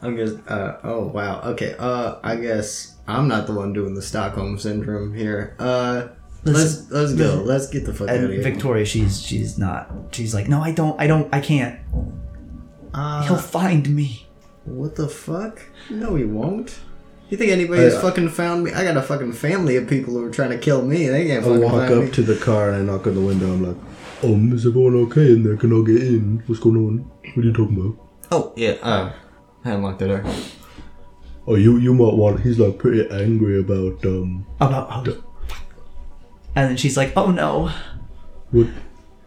I'm gonna. Uh, oh wow. Okay. Uh, I guess I'm not the one doing the Stockholm syndrome here. Uh, let's
Listen.
let's go. Let's get the fuck out of
and
here.
Victoria, she's she's not. She's like, no, I don't, I don't, I can't. He'll
Uh,
find me.
what the fuck? No, he won't. You think anybody's
I-
fucking found me? I got a fucking family of people who are trying to kill me. They can't
I
fucking
walk
find
up
me.
to the car and I knock on the window. I'm like, um, is everyone okay in there? Can I get in? What's going on? What are you talking about?
Oh yeah. Uh, I unlocked the door.
Oh, you you might want. He's like pretty angry about um
About oh. And then she's like, "Oh no,
what.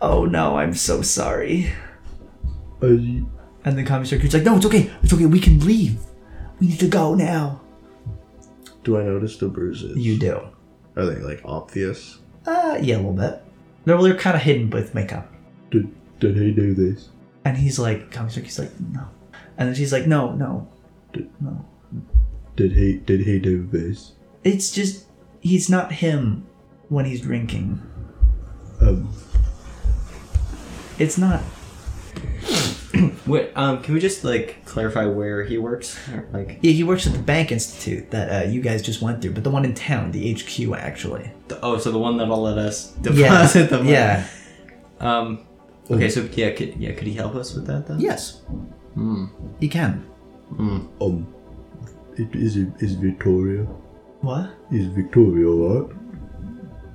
oh no, I'm so sorry."
Uh, y-
And the commissary creep's like, "No, it's okay, it's okay. We can leave. We need to go now."
do I notice the bruises?
You do.
Are they like obvious?
Uh, yeah, a little bit. No, well, they're kind of hidden with makeup.
Did did he do this?
And he's like, commissary creep's like, "No," and then she's like, "No, no, no.
Did he did he do this?
It's just he's not him when he's drinking.
Um,
It's not."
Wait. Um. Can we just like
clarify where he works. Or, like
Yeah, he works at the bank institute that uh, you guys just went through, but the one in town, the HQ, actually.
The, oh, so the one that'll let us
deposit the money.
Yeah.
Um.
Mm.
Okay, so yeah, could yeah, could he help us with that then?
Yes.
Hmm.
He can.
um, it is it is Victoria?
What?
Is Victoria alright?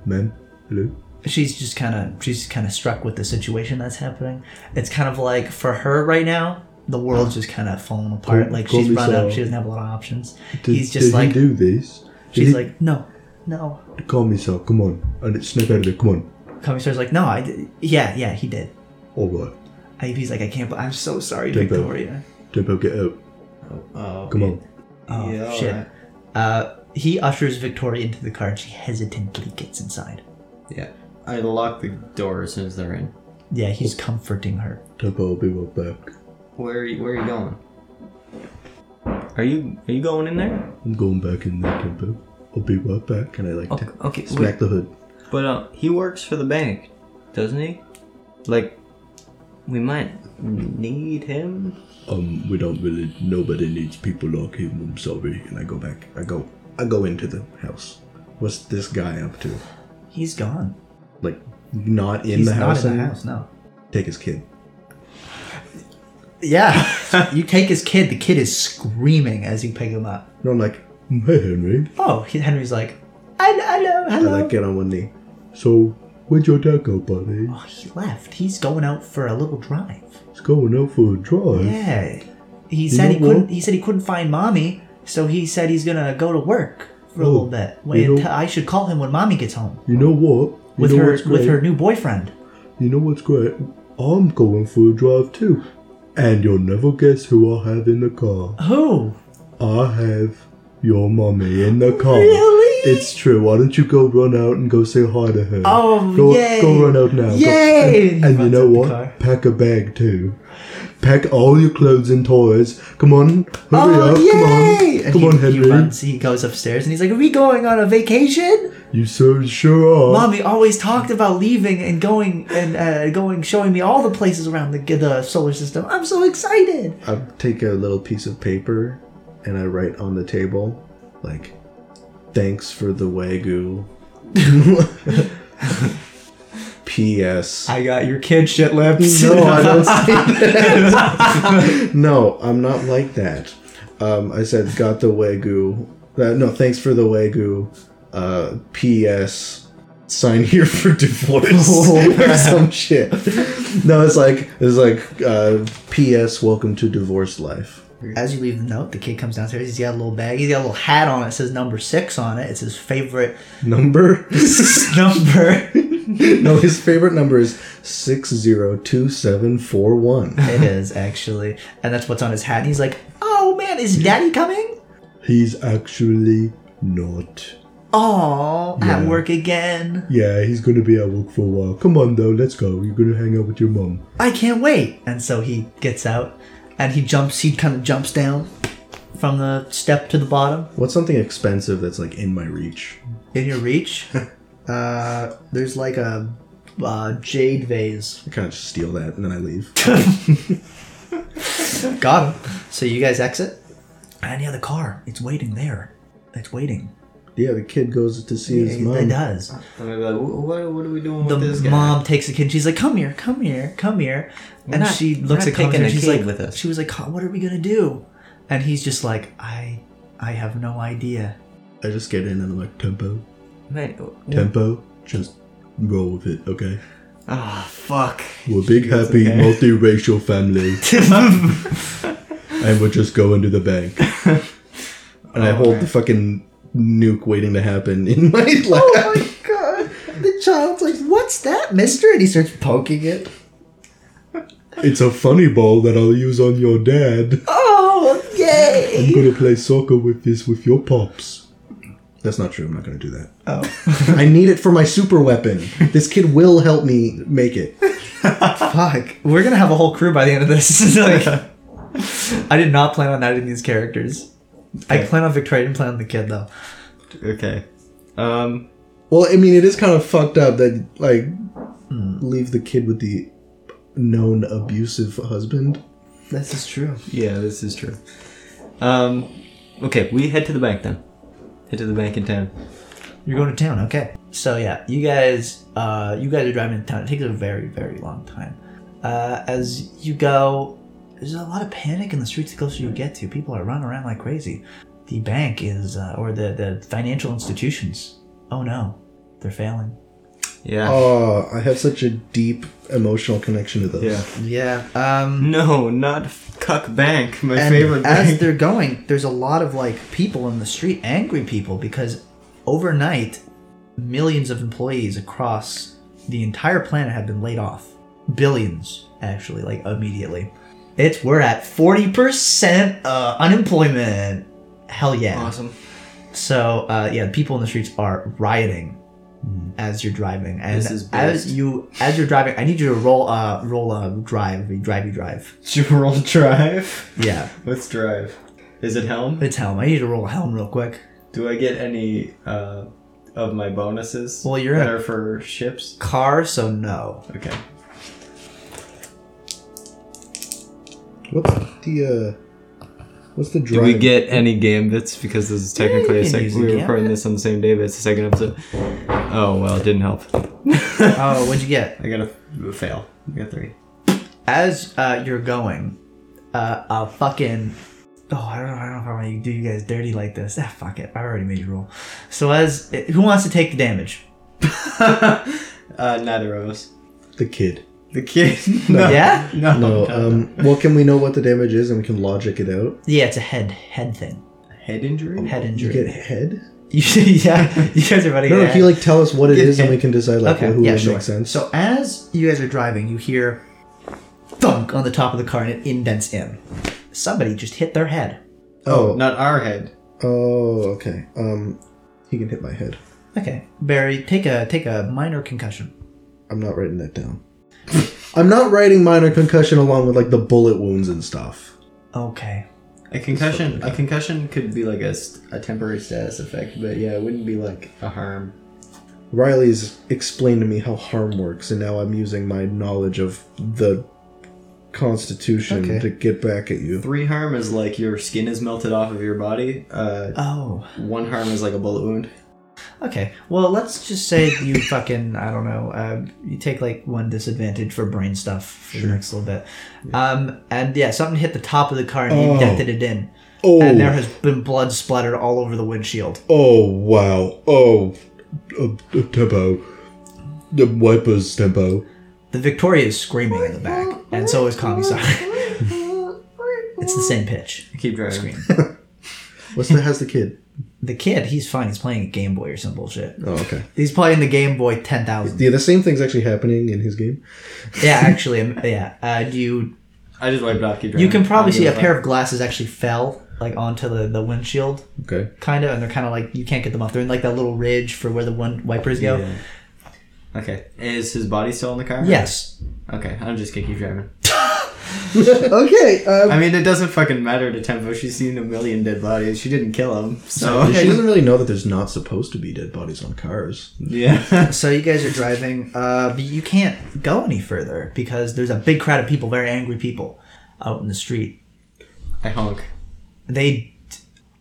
Ma'am, hello.
She's just kind of she's kind of struck with the situation that's happening. It's kind of like for her right now, the world's just kind of falling apart.
Call-
like
call
she's
me
run up.
Sal.
She doesn't have a lot of options.
Did,
He's just
did
like
he do this? Did
she's
he-
like no, no.
call me sir. Come on, and it snap out of there. Come on.
Commissary's like no, I did. Yeah, yeah, he did.
All right,
And he's like I can't. bel- I'm so sorry,
Don't bother.
Victoria.
Tempo, get out.
oh
Come on.
Oh
Yeah,
shit.
alright.
Uh, he ushers Victoria into the car, and she hesitantly gets inside.
Yeah. I lock the door as soon as they're in.
Yeah, he's comforting her.
Tempo, I'll be right back.
Where are you, where are you going? Are you are you going in there?
I'm going back in there, Tempo. I'll be right back. And I like
Okay.
to
okay wait.
smack the hood.
But uh, he works for the bank, doesn't he? Like, we might need him.
Um, we don't really. Nobody needs people like him. I'm sorry. And I go back. I go. I go into the house. What's this guy up to?
He's gone.
Like, not in
He's
the
not
house.
in the
anymore?
house. No.
Take his kid.
Yeah. you take his kid. The kid is screaming as you pick him up.
And I'm like, hey Henry.
Oh, he- Henry's like, I, I know,
I
hello.
like get on one knee. So where'd your dad go, buddy?
oh, he left. He's going out for a little drive.
He's going out for a drive.
Yeah. He said he
know what?
couldn't. He said he couldn't find mommy, so he said he's gonna go to work for a
Oh,
little bit. Wait,
you know-
until- I should call him when mommy gets home
You know what? You
with
know
her
what's
with
great?
her new boyfriend.
You know what's great? I'm going for a drive too. And you'll never guess who I have in the car.
Who?
I have your mummy in the car.
Really?
It's true. Why don't you go run out and go say hi to her?
Oh,
go,
yay.
Go run out now. Go-
Yay.
and and
He
you
runs
know
out the
what?
car.
Pack a bag too. Pack all your clothes and toys. Come on, hurry
oh,
up!
yay!
Come on,
And
come
he,
on,
he
Henry.
runs. He goes upstairs and he's like, "Are we going on a vacation?"
You so sure are.
Mommy always talked about leaving and going and uh, going, showing me all the places around the the solar system. I'm so excited.
I take a little piece of paper and I write on the table, like, thanks for the Wagyu. P.S.
I got your kid shit lips.
no, I don't say that. no, I'm not like that. Um, I said, got the Wagyu. Uh, no, thanks for the Wagyu. Uh, P.S. Sign here for divorce or some shit. No, it's like it's like uh, P.S. Welcome to divorced life.
As you leave the note, the kid comes downstairs. He's got a little bag. He's got a little hat on. It says number six on it. It's his favorite
Number?
number. It
no, his favorite number is six zero two seven four one.
is actually, and that's what's on his hat. And he's like, "Oh man, is Daddy coming?
He's actually not.
Oh,
Yeah.
at work again.
Yeah, he's gonna be at work for a while. Come on though, let's go. You're gonna hang out with your mom.
I can't wait. And so he gets out and he jumps, he kind of jumps down from the step to the bottom
What's something expensive that's like in my reach?
in your reach. uh, there's like a uh, jade vase.
I kind of just steal that and then I leave.
Got him. So you guys exit. And yeah, the car, it's waiting there. It's waiting.
yeah, the kid goes to see his
It
mom.
does.
I'm gonna be like, "Wh- what, what are we doing
The
with this guy?
mom takes the kid. She's like, "Come here, come here, come here," and
not-
she
we're
looks
not
at Connor.
taking
And
a
she's
kid
like,
with us.
"She was like, "Con- what are we gonna do?" And he's just like, "I, I have no idea."
I just get in and I'm like, tempo,
Mate,
tempo, just roll with it, okay?
oh, fuck.
We're a big, happy, multiracial family, and we're just going to the bank. And I hold the fucking nuke waiting to happen in my lap.
god! The child's like, "What's that, Mister?" And he starts poking it.
It's a funny ball that I'll use on your dad.
Oh, yay!
I'm gonna play soccer with this with your pops. That's not true. I'm not gonna do that.
Oh,
I need it for my super weapon. This kid will help me make it.
fuck! We're gonna have a whole crew by the end of this. like, I did not plan on adding these characters. I plan on Victoria. I didn't plan on the kid though.
Okay. Um,
Well, I mean, it is kind of fucked up that like
Hmm.
leave the kid with the known abusive husband.
This is true.
yeah, this is true. Um, okay, we head to the bank then. Head to the bank in town.
You're going to town, okay? So yeah, you guys, uh, you guys are driving to town. It takes a very, very long time. Uh, as you go, there's a lot of panic in the streets. The closer you get to, people are running around like crazy. The bank is, uh, or the the financial institutions. Oh no, they're failing.
Yeah.
Oh, I have such a deep emotional connection to those.
Yeah.
Yeah. Um.
No, not f- Cuck Bank, my
and
favorite
as
bank.
they're going there's a lot of like people in the street angry people because overnight millions of employees across the entire planet have been laid off billions actually like immediately it's we're at 40% uh, unemployment hell yeah
Awesome.
so uh, yeah, people in the streets are rioting as you're driving, and
This is best.
as you as you're driving, I need you to roll uh roll a drive, drivey drive.
Should we roll drive?
Yeah,
Let's drive. Is it helm?
it's helm. I need you to roll a helm real quick.
Do I get any uh, of my bonuses?
Well, you're
that
in-
are for ships.
car, so no.
Okay.
What's the uh, what's the
Do
drive?
we get any gambits? Because this is technically
you
a
can
second.
use
We
a
were recording
gambit.
this on the same day, but it's the second episode. Oh well, it didn't help.
Oh, what'd you get?
I got to fail. I got three.
As uh, you're going, uh, a fucking. Oh, I don't know. I don't know if I want to do you guys dirty like this. Ah, fuck it. I already made you roll. So as who wants to take the damage?
Uh, neither of us.
the kid?
The kid. no.
Yeah.
Oh,
No.
No. Um. Well, can we know what the damage is and we can logic it out?
Yeah, it's a head head thing.
Head injury.
Head
You
injury.
get head?
yeah, you guys are about to get.
No, no,
a
can
head.
you like tell us what it
Get
is and
head.
we can decide like
Okay,
who
yeah,
would
sure.
make sense?
So as you guys are driving, you hear thunk on the top of the car and it indents in. Somebody just hit their head.
oh,
Not our head.
oh, okay. Um, he can hit my head.
Okay, Barry, take a take a minor concussion.
I'm not writing that down. I'm not writing minor concussion along with like the bullet wounds and stuff.
Okay.
A concussion. A concussion could be like a, st- a temporary status effect, but yeah, it wouldn't be like a harm.
Riley's explained to me how harm works, and now I'm using my knowledge of the Constitution
Okay.
to get back at you.
Three harm is like your skin is melted off of your body. Uh,
Oh.
one harm is like a bullet wound.
Okay. Well, let's just say you fucking I don't know. Uh, you take like one disadvantage for brain stuff for the next little bit. Um, and yeah, something hit the top of the car and
Oh.
indented it in,
Oh,
and there has been blood splattered all over the windshield.
oh, wow, oh, uh, uh, tempo, the wipers tempo.
The Victoria is screaming in the back, and so is Kamisar. it's the same pitch.
Keep driving.
What's the how's the kid?
The kid, he's fine. He's playing a Game Boy or some bullshit.
Oh, okay.
He's playing the Game Boy Ten Thousand.
Yeah, the same thing's actually happening in his game.
Yeah, actually, um, yeah. Uh, do you
I just wiped it off. Keep driving.
you can probably
I'll
see
give
a
it
pair of glasses actually fell like onto the, the windshield,
Okay.
kind of, and they're kind of like you can't get them off. They're in like that little ridge for where the one wipers go.
Yeah. Okay. Is his body still in the car?
Yes.
Okay, I'm just gonna keep driving.
okay. Um,
I mean, it doesn't fucking matter to Tempo. She's seen a million dead bodies. She didn't kill him, so
she doesn't really know that there's not supposed to be dead bodies on cars.
yeah.
So you guys are driving, uh, but you can't go any further because there's a big crowd of people, very angry people, out in the street.
I honk.
They,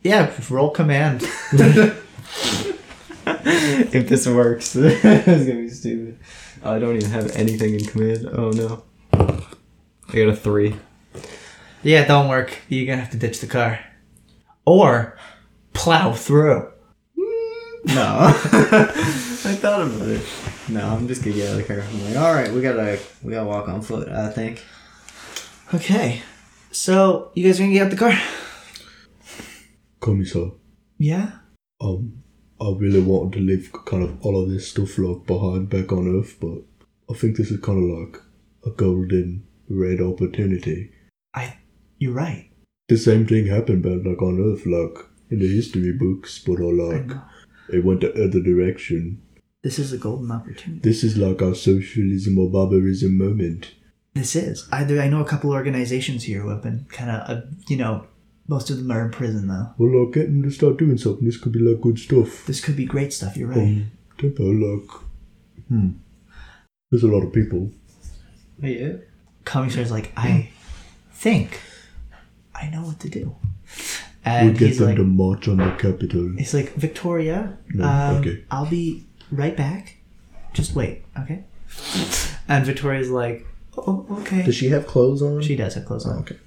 yeah, roll command.
if this works, it's gonna be stupid. I don't even have anything in command. Oh no. I got a three.
Yeah, it don't work. You're gonna have to ditch the car, or plow through.
No. I thought about it. No, I'm just gonna get out of the car. I'm like, all right, we gotta we gotta walk on foot. I think.
Okay, so you guys are gonna get out the car?
Commissar,
Yeah.
um, I really wanted to leave kind of all of this stuff like behind back on Earth, but I think this is kind of like a golden red opportunity.
I. You're right.
The same thing happened back like on Earth, like in the history books, but or like it went the other direction.
This is a golden opportunity.
This is like our socialism or barbarism moment.
This is. I I know a couple organizations here who have been kind of, uh, you know, most of them are in prison though.
Well, like getting to start doing something. This could be like good stuff.
This could be great stuff. You're right.
Um, don't know, like, hmm. There's a lot of people.
Yeah.
Commissar's like, I think I know what to do.
Hmm. We'll
And
get
he's
them
like,
to march on the capital.
he's like, Victoria,
No,
um,
okay.
I'll be right back. Just wait, okay? And Victoria's like, oh, okay.
Does she have clothes on? Oh,
She does have clothes on.
okay.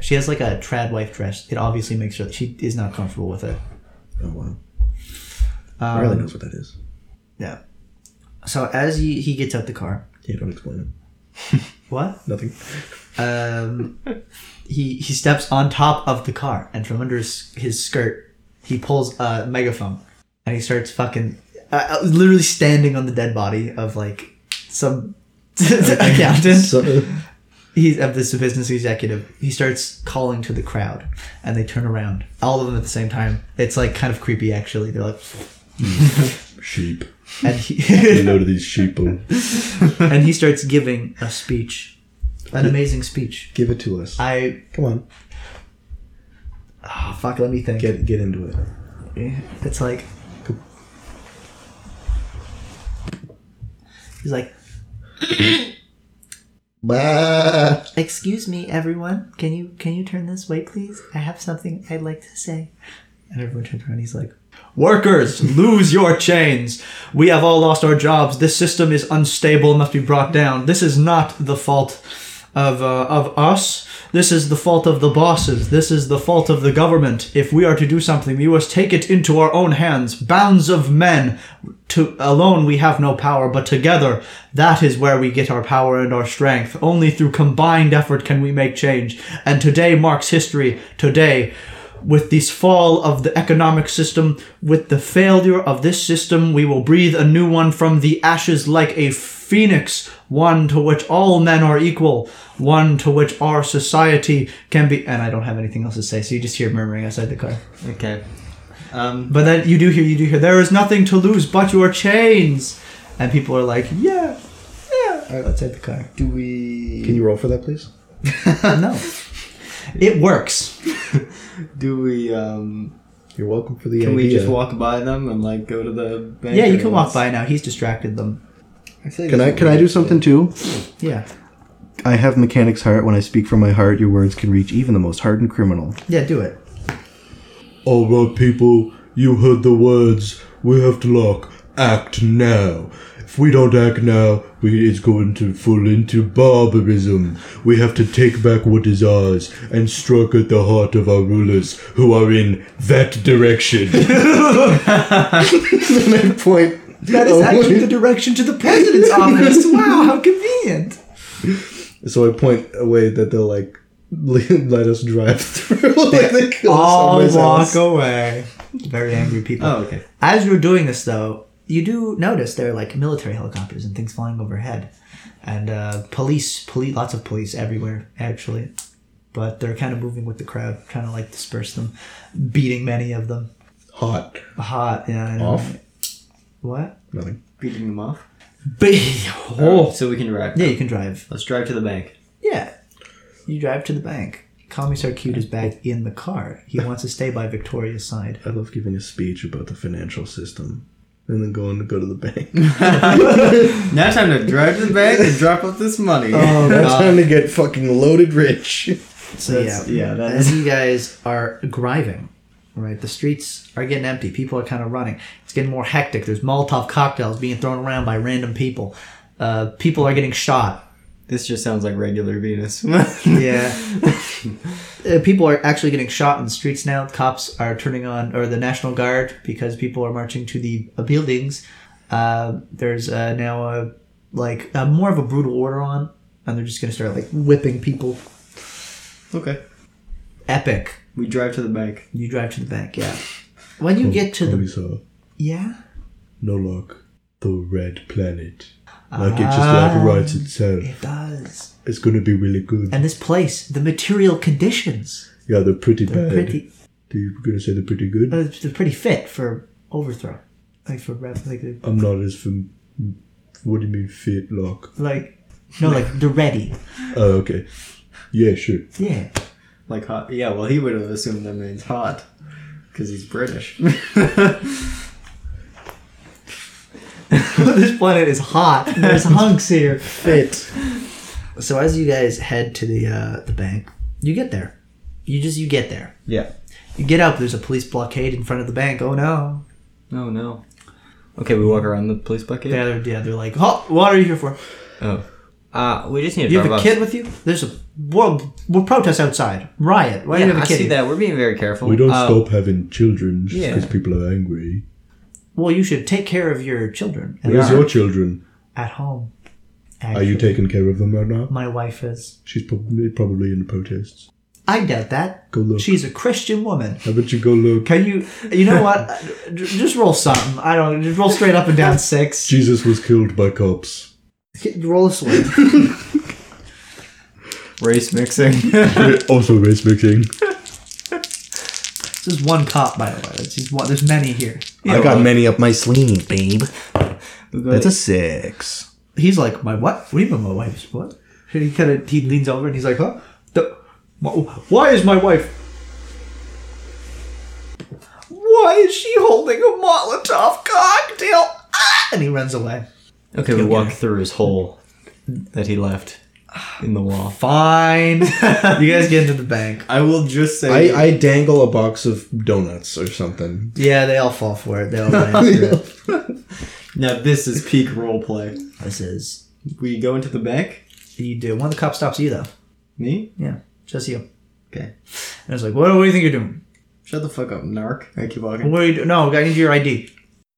She has like a trad wife dress. It obviously makes her, she is not comfortable with it.
Oh wow.
Um,
Riley knows what that is.
Yeah. So as he, he gets out the car,
Yeah, don't explain it.
what?
Nothing.
Um, he he steps on top of the car, and from under his, his skirt, he pulls a megaphone, and he starts fucking, uh, uh, literally standing on the dead body of like some accountant.
So,
he's of this business executive. He starts calling to the crowd, and they turn around, all of them at the same time. It's like kind of creepy, actually. They're like,
sheep.
and he
You know to these sheeple.
and he starts giving a speech, an amazing speech.
Give it to us.
I
Come on.
oh, fuck. Let me think.
Get get into it.
It's like he's like,
Bah.
"Excuse me, everyone. Can you can you turn this way, please? I have something I'd like to say." And everyone turns around. He's like, "Workers, lose your chains. We have all lost our jobs. This system is unstable. and Must be brought down. This is not the fault." Of, uh, of us. This is the fault of the bosses. This is the fault of the government. If we are to do something, we must take it into our own hands. Bounds of men, to alone we have no power, but together that is where we get our power and our strength. Only through combined effort can we make change. And today marks history. Today, with this fall of the economic system, with the failure of this system, we will breathe a new one from the ashes like a phoenix, one to which all men are equal, one to which our society can be. And I don't have anything else to say, so you just hear murmuring outside the car.
Okay.
Um.
But then you do hear, you do hear, there is nothing to lose but your chains. And people are like, yeah, yeah. All right, let's hit the car.
Do we?
Can you roll for that, please?
no. It works.
Do we? Um.
You're welcome for the
Can
idea.
we just walk by them and like go to the bank?
Yeah, you
or
can walk
what's-
by now. He's distracted them.
I feel like
Can I
that's
can
what
I
we
do something too?
Yeah.
I have mechanic's heart. When I speak from my heart, your words can reach even the most hardened criminal.
Yeah, do it.
All right, Oh, people, you heard the words. We have to lock. Act now. If we don't act now, we it's going to fall into barbarism. We have to take back what is ours and strike at the heart of our rulers who are in that direction. and I point. Oh,
That is actually the direction to the president's office. Wow, how convenient.
so I point away that they'll like let us drive through. like they kill
All
us
walk away. Very angry people.
Oh, okay.
As you're doing this, though, you do notice there are like military helicopters and things flying overhead, and uh, police, police, lots of police everywhere, actually. But they're kind of moving with the crowd, trying to like disperse them, beating many of them.
Hot.
Hot, yeah. I know.
Off.
What?
Nothing.
Beating them off.
Be- oh.
So we can drive.
Yeah, you can drive.
Let's drive to the bank.
Yeah. You drive to the bank. Commissar Cute is back in the car. He wants to stay by Victoria's side.
I love giving a speech about the financial system and then going to go to the bank.
Now time to drive to the bank and drop off this money.
Oh, that's time to get fucking loaded rich.
So
That's-
yeah,
yeah, that
as you guys are driving, right? The streets are getting empty. People are kind of running. It's getting more hectic. There's Molotov cocktails being thrown around by random people. Uh, people are getting shot.
This just sounds like regular Venus.
Yeah. Uh, people are actually getting shot in the streets now. Cops are turning on, or the National Guard, because people are marching to the uh, buildings. Uh, there's uh, now a like a, more of a brutal order on, and they're just gonna start like whipping people.
Okay.
Epic.
We drive to the bank.
You drive to the bank, yeah. When you get to the
Police are
yeah,
no luck. The red planet.
Ah.
Like it just like writes itself.
it does.
It's gonna be really good.
And this place, the material conditions,
yeah, they're pretty
they're
bad.
pretty,
Are you gonna say they're pretty good?
uh, they're pretty fit for overthrow, like for rev- like the-
I'm not as from. What do you mean fit lock?
like no like they're ready.
Oh, okay. Yeah, sure.
Yeah,
Like hot. Yeah, well, he would have assumed that means hot. Because he's British.
this planet is hot. There's hunks here.
Fit.
So as you guys head to the uh, the bank, you get there. You just you get there.
Yeah.
You get up. There's a police blockade in front of the bank. Oh no!
oh no. Okay, we walk around the police bucket.
Yeah, they're, yeah, they're like, oh, what are you here for?
Oh. Uh, we just need to
You have
drive
a
up-
kid with you? There's a well, we'll protest outside, riot. Why do
Yeah,
you have
I
a kid?
see
here?
that. We're being very careful.
We don't
Oh.
Uh,
stop having children just
yeah.
because people are angry.
Well, you should take care of your children. And
Where's
they're
your children?
at home?
Are you
actually.
taking care of them right now?
My wife is.
She's probably probably in the protests.
I doubt that.
Go look.
She's a Christian woman.
Haven't you go look?
Can you? You know what? J- just roll something. I don't. Just roll straight up and down six.
Jesus was killed by cops.
Hit- Roll a swing.
Race mixing.
also race mixing.
This is one cop, by the way. That's- he's one- there's many here.
I got many up my sleeve, babe. That's a six.
He's like, my what? What do you mean, my wife's what? And he kind of he leans over and he's like, huh? The, wh- why is my wife? Why is she holding a Molotov cocktail? Ah! And he runs away.
okay, we walk through his hole that he left in the wall.
Fine. you guys get into the bank.
I will just say.
I, I dangle a box of donuts or something.
Yeah, they all fall for it. They all ran through it.
now, this is peak role play.
This is
We go into the bank.
you do. One of the cops stops you though.
Me?
Yeah, just you.
Okay.
And it's like, what, what do you think you're doing?
Shut the fuck up, narc. I keep walking.
What are you doing? No, I need your ID.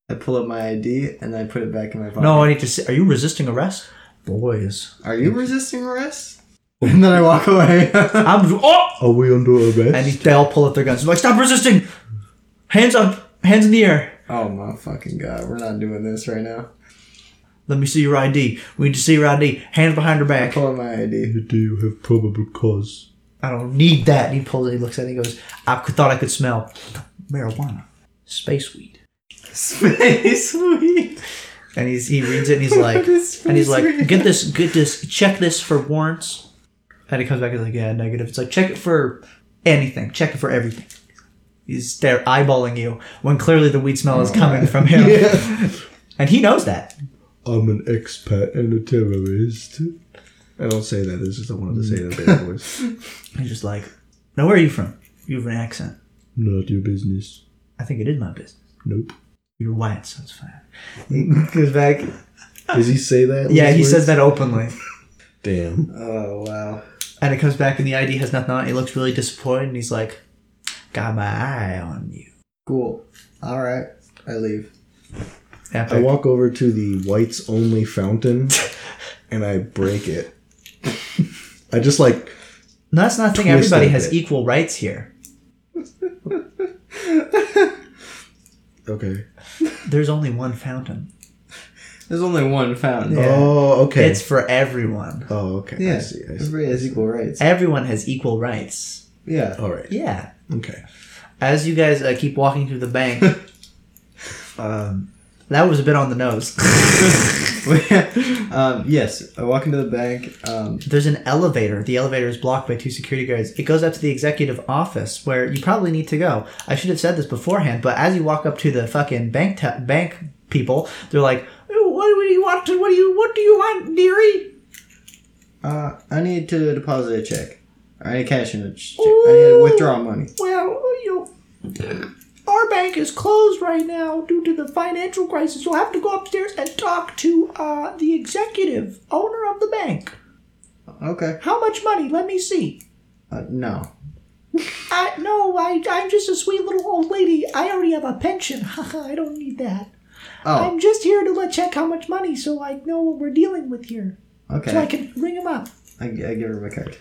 I pull up my ID and I put it back in my pocket.
No, I need to. See. Are you resisting arrest? Boys,
Are you resisting arrest? And then I walk away.
I'm. Oh!
Are we under arrest?
And he- they all pull up their guns. They're like, stop resisting! Hands up! Hands in the air!
oh my fucking god, we're not doing this right now.
Let me see your ID. We need to see your ID. Hands behind her back.
Pull up my ID.
You do have probable cause.
I don't need that. And he pulls it. He looks at it. He goes, I c- thought I could smell marijuana, space weed.
Space weed.
And he's he reads it and he's like,
is
and he's
space
like,
weed?
get this, get this, check this for warrants. And he comes back and he's like, yeah, negative. It's like check it for anything. Check it for everything. He's there eyeballing you when clearly the weed smell is coming from him. And he knows that.
I'm an expat and a terrorist. I don't say that. This is I wanted to say that in a bad voice.
He's just like, now where are you from? You have an accent.
Not your business.
I think it is my business.
Nope.
You're white, so it's fine. He goes back.
Does he say that?
Yeah, he says that openly.
Damn.
Oh wow.
And it comes back and the ID has nothing on it. He looks really disappointed and he's like, got my eye on you.
Cool. Alright. I leave.
I
Epic.
walk over to the whites only fountain and I break it. I just like
No, that's not the thing.
Twist
Everybody
it a
has
bit.
equal rights here.
okay.
There's only one fountain.
There's only one fountain.
Yeah.
Oh, okay.
It's for everyone.
oh, okay.
Yeah.
I see. I see. Oh.
Everybody has equal rights.
Everyone has equal rights.
Yeah.
All right.
Yeah.
Okay.
As you guys uh, keep walking through the bank, um, that was a bit on the nose.
um, yes. I walk into the bank. Um,
There's an elevator. The elevator is blocked by two security guards. It goes up to the executive office where you probably need to go. I should have said this beforehand, but as you walk up to the fucking bank te- bank people, they're like, "Oh, "What do you want? To, what do you what do you want, dearie?"
uh, I need to deposit a check. I need cash in a ch- check. I need to withdraw money.
Well, you know, Our bank is closed right now due to the financial crisis. You'll have to go upstairs and talk to uh, the executive owner of the bank.
Okay.
How much money? Let me see.
Uh, no.
I no, I I'm just a sweet little old lady. I already have a pension. Haha, I don't need that.
Oh,
I'm just here to let check how much money so I know what we're dealing with here.
okay.
So I can ring him up.
I, I give her my card.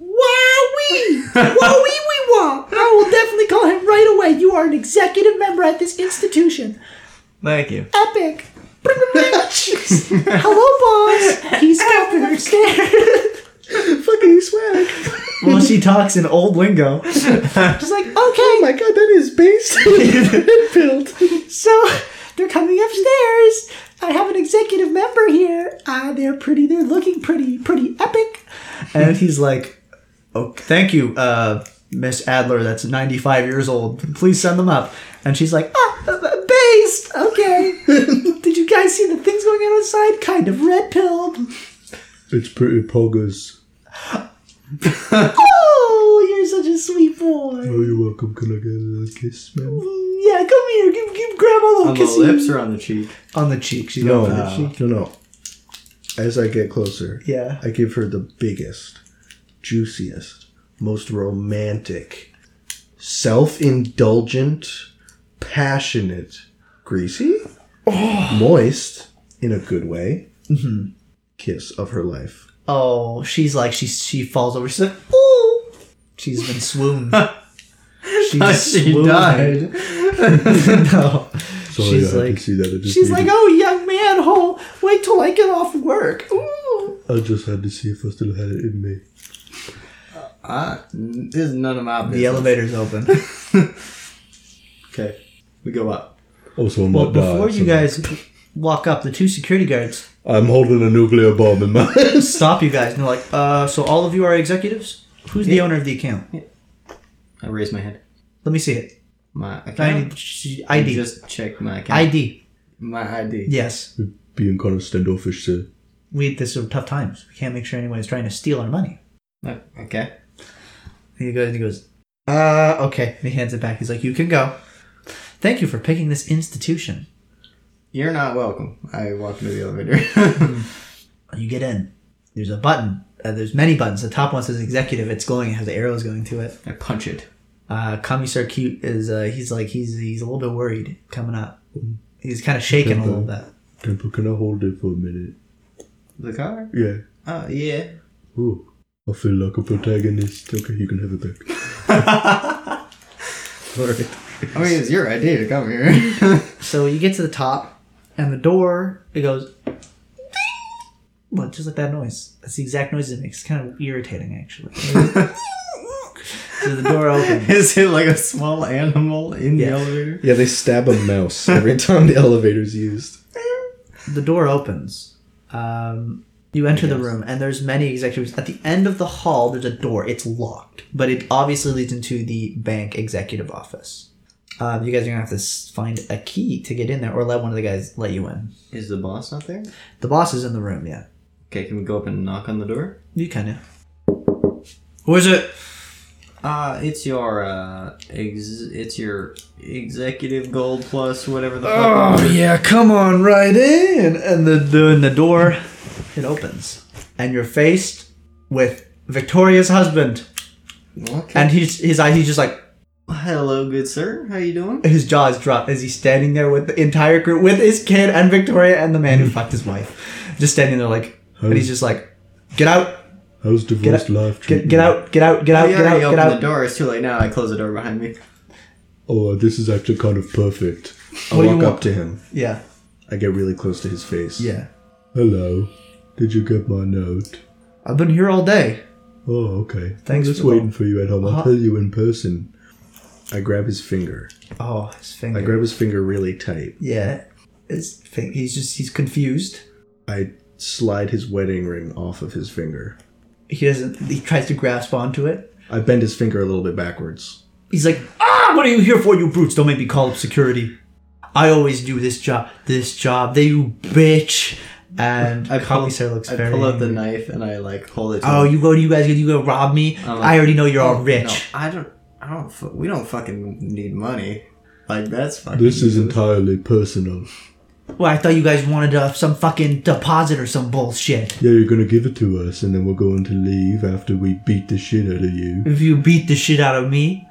Wowee! Wowee wee wah! I will definitely call him right away. You are an executive member at this institution.
Thank you.
Epic! Hello, boss! He's coming upstairs.
Fucking swag.
well, she talks in old lingo. She's like, okay.
Oh my god, that is based built.
So they're coming upstairs. I have an executive member here. Ah, they're pretty. They're looking pretty, pretty epic. And he's like, "Oh, thank you, uh, Miss Adler. That's ninety-five years old. Please send them up." And she's like, "Ah, uh, uh, based. Okay. Did you guys see the things going on outside? Kind of red pilled.
It's pretty poggers.
Oh, you're such a sweet boy.
Oh, you're welcome. Can I get a little kiss, man?
Yeah, come here. Give, give Grandma a little
Uh,
On the
kiss
lips or on the cheek?
on the cheek. She
No,
goes,
no, no. As I get closer,
Yeah.
I give her the biggest, juiciest, most romantic, self-indulgent, passionate, greasy,
Oh.
moist in a good way
Mm-hmm.
kiss of her life.
Oh, she's like she she falls over. She's like, oh, she's been swooned. She's
She
swooned.
died.
no,
Sorry,
She's
I had
like-
to see that. I just
she's
needed-
like, oh, young man, oh, wait till I get off work. Ooh.
I just had to see if I still had it in me.
Uh, n- this is none of my business.
The elevator's open.
Okay. We go up.
Also, I
Well,
might die,
before you
so-
guys walk up, the two security guards
I'm holding a nuclear bomb in my hand.
stop you guys, and they're like, uh, so all of you are executives. Who's the owner of the account?
I raised my hand.
Let me see it.
My
I
account.
need she-
I
ID.
just checked my account.
ID.
My ID.
Yes.
Being kind of standoffish to
We this is tough times. We can't make sure anyone's trying to steal our money.
Uh, Okay.
And he goes, he goes, uh, okay. And he hands it back. He's like, you can go. Thank you for picking this institution.
You're not welcome. I walk into the elevator.
You get in. There's a button. Uh, there's many buttons. The top one says executive. It's glowing. It has arrows going to it.
I punch it.
Uh, Commissar Cute is, uh, he's like, he's, he's a little bit worried coming up. He's kind of shaking a little bit.
Temple, can I hold it for a minute?
the car?
Yeah.
Uh,
Oh, yeah.
Ooh. I feel like a protagonist. Okay, you can have it back.
Alright.
I mean, it's your idea to come here.
So you get to the top and the door, it goes, ding! Look, just like that noise. That's the exact noise it makes. It's kind of irritating, actually. so the door opens.
is it like a small animal in
Yeah.
the elevator?
Yeah, they stab a mouse every time the elevator's used.
the door opens. Um, you enter the room, and there's many executives. At the end of the hall, there's a door. It's locked, but it obviously leads into the bank executive office. Um, you guys are gonna have to s- find a key to get in there, or let one of the guys let you in.
Is the boss not there?
The boss is in the room. Yeah,
Okay, can we go up and knock on the door?
you kind of. Who is it?
Uh, it's your, uh, ex- it's your executive gold plus whatever the fuck.
Oh yeah, come on right in. And the, the and the door, it opens, and you're faced with Victoria's husband,
Okay.
and he's his eyes. He's just like.
Hello, good sir. How you doing?
his jaws dropped as he's standing there with the entire group, with his kid and Victoria and the man who fucked his wife, just standing there like, and he's just like, get out,
How's divorced life
get,
treating
get
you?
out, get out, get out,
I
get out,
already
get
opened the
out.
door. It's too late now. I close the door behind me.
Oh, this is actually kind of perfect. I
What do you
walk up
want?
to him.
Yeah,
I get really close to his face.
yeah.
Hello. Did you get my note?
I've been here all day.
Oh, okay.
Thanks
I'm just
for the-
waiting for you at home. I'll
Uh-huh.
tell you in person. I grab his finger.
Oh, his
I
finger.
grab his finger really tight.
Yeah, his finger. He's just he's confused.
I slide his wedding ring off of his finger.
He doesn't. He tries to grasp onto it.
I bend his finger a little bit backwards.
He's like, ah, what are you here for, you brutes? Don't make me call up security. I always do this job. This job. They you bitch. And
I pull,
Commissar looks
I
very
pull out the
angry.
knife and I like hold it. to
Oh,
him.
you go to you guys, you go rob me.
I'm like,
I already know you're all
No,
rich.
I don't.
Oh, I don't. Fu- we don't fucking need money. Like that's fucking.
This is entirely personal.
Well, I thought you guys wanted uh, some fucking deposit or some bullshit.
Yeah, you're gonna give it to us, and then we're going to leave after we beat the shit out of you.
If you beat the shit out of me,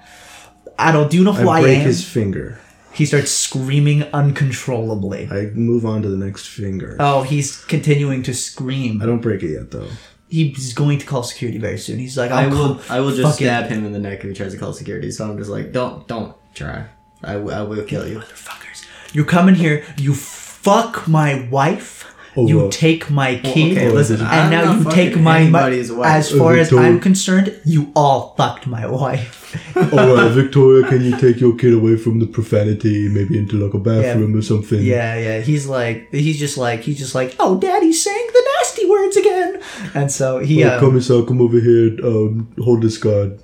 I don't. Do you know who I,
I break
am?
his finger.
He starts screaming uncontrollably.
I move on to the next finger.
Oh, he's continuing to
I
scream.
don't break it yet though.
He's going to call security very soon. He's like,
I
I'll
will.
call-
I will just
fucking-
stab him in the neck if he tries to call security. So I'm just like, don't, don't try. I, w- I will kill you.
Motherfuckers. You come in here, you fuck my wife,
Oh,
you
uh,
take my kid,
okay, listen,
and
I'm
now
not
you take
fucking
my mo-
anybody's wife.
As far
Oh,
as
Victoria-
I'm concerned, you all fucked my wife.
Oh, uh, Victoria, can you take your kid away from the profanity, maybe into like a bathroom or something?
Yeah, yeah. He's like, he's just like, he's just like, oh, daddy's saying the nasty words again. And so he,
Uh,
um,
Commissar, come over here. Um, hold this card.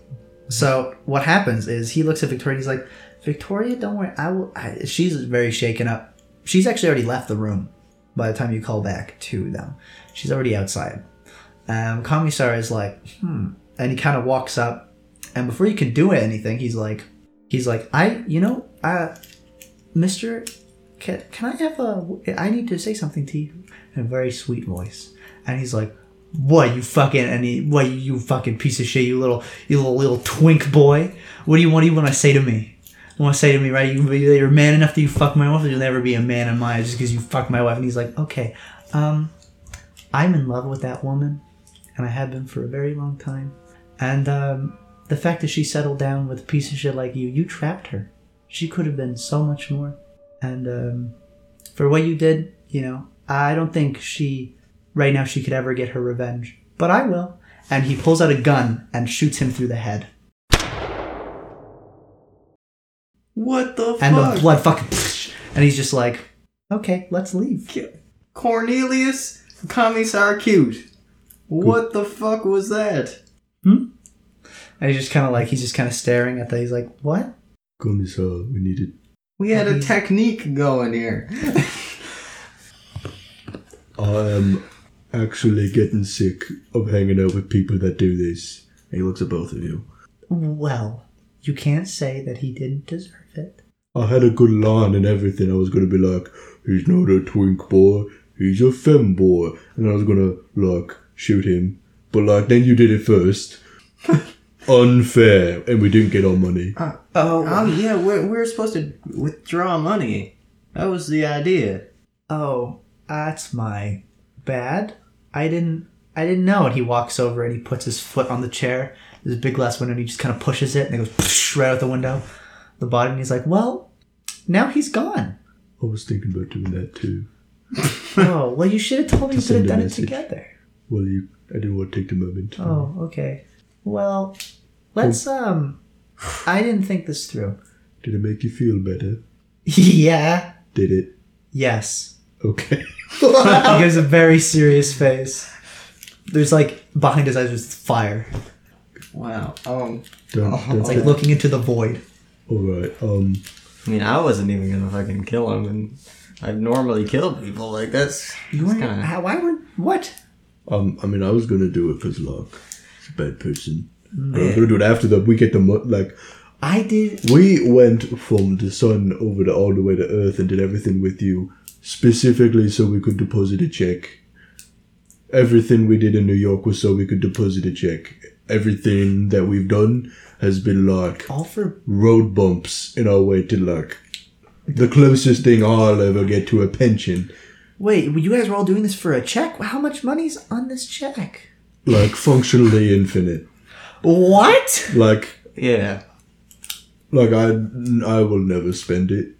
So what happens is he looks at Victoria. and He's like, Victoria, don't worry. I will. I, she's very shaken up. She's actually already left the room by the time you call back to them. She's already outside. Um, Commissar is like, hmm, and he kind of walks up, and before you can do anything, he's like, he's like, I, you know, uh, Mister, can, can I have a? I need to say something to you in a very sweet voice, and he's like, what you fucking and he, what you fucking piece of shit, you little you little little twink boy. What do you what do you want to say to me? You want to say to me, right? You, you're man enough that you fuck my wife. You'll never be a man in my eyes just because you fuck my wife. And he's like, okay, um, I'm in love with that woman, and I have been for a very long time. And um, the fact that she settled down with a piece of shit like you, you trapped her. She could have been so much more. And um, for what you did, you know, I don't think she right now she could ever get her revenge, but I will. And he pulls out a gun and shoots him through the head.
What the
And
fuck?
the blood fucking. And he's just like, okay, let's leave.
Cornelius Commissar Cute. What the fuck was that?
And he's just kind of like, he's just kind of staring at that. He's like, what?
Commissar, we need it.
We had a technique going here.
I am actually getting sick of hanging out with people that do this.
And he looks at both of you.
Well, you can't say that he didn't deserve it.
I had a good line and everything. I was gonna be like, he's not a twink boy, he's a femboy. And I was gonna, like, shoot him. But, like, then you did it first. Unfair. And we didn't get our money.
Oh,
Oh yeah, we're, we we're supposed to withdraw money. That was the idea.
oh, that's my bad. I didn't, I didn't know. And he walks over and he puts his foot on the chair. There's a big glass window and he just kind of pushes it and it goes right out the window, the body. And he's like, well, now he's gone.
I was thinking about doing that too.
Oh, well, you should have told me you could
send
have
a
done it
message.
together.
Well, you, I didn't want to take the moment.
Oh, okay. Well, let's,
Oh.
um, I didn't think this through.
Did it make you feel better?
yeah.
Did it?
Yes.
Okay.
He gives a very serious face. There's like, behind his eyes was fire.
Wow. Um.
Dun, dun,
Oh, It's like looking into the void.
All right. Um,
I mean, I wasn't even gonna fucking kill him, and I've normally killed people like that's.
You
that's
weren't,
kinda-
how, why would, what?
um, I mean, I was gonna do it because luck. He's a bad person. I was gonna do it after that. We get the mo- like
I did,
we went from the sun over to all the way to Earth and did everything with you specifically so we could deposit a check. Everything we did in New York was so we could deposit a check. Everything that we've done has been like
all for,
road bumps in our way to luck. The closest thing I'll ever get to a pension,
wait, you guys were all doing this for a check? How much money's on this check?
like functionally infinite.
What?
Like,
Yeah,
like I, I will never spend it.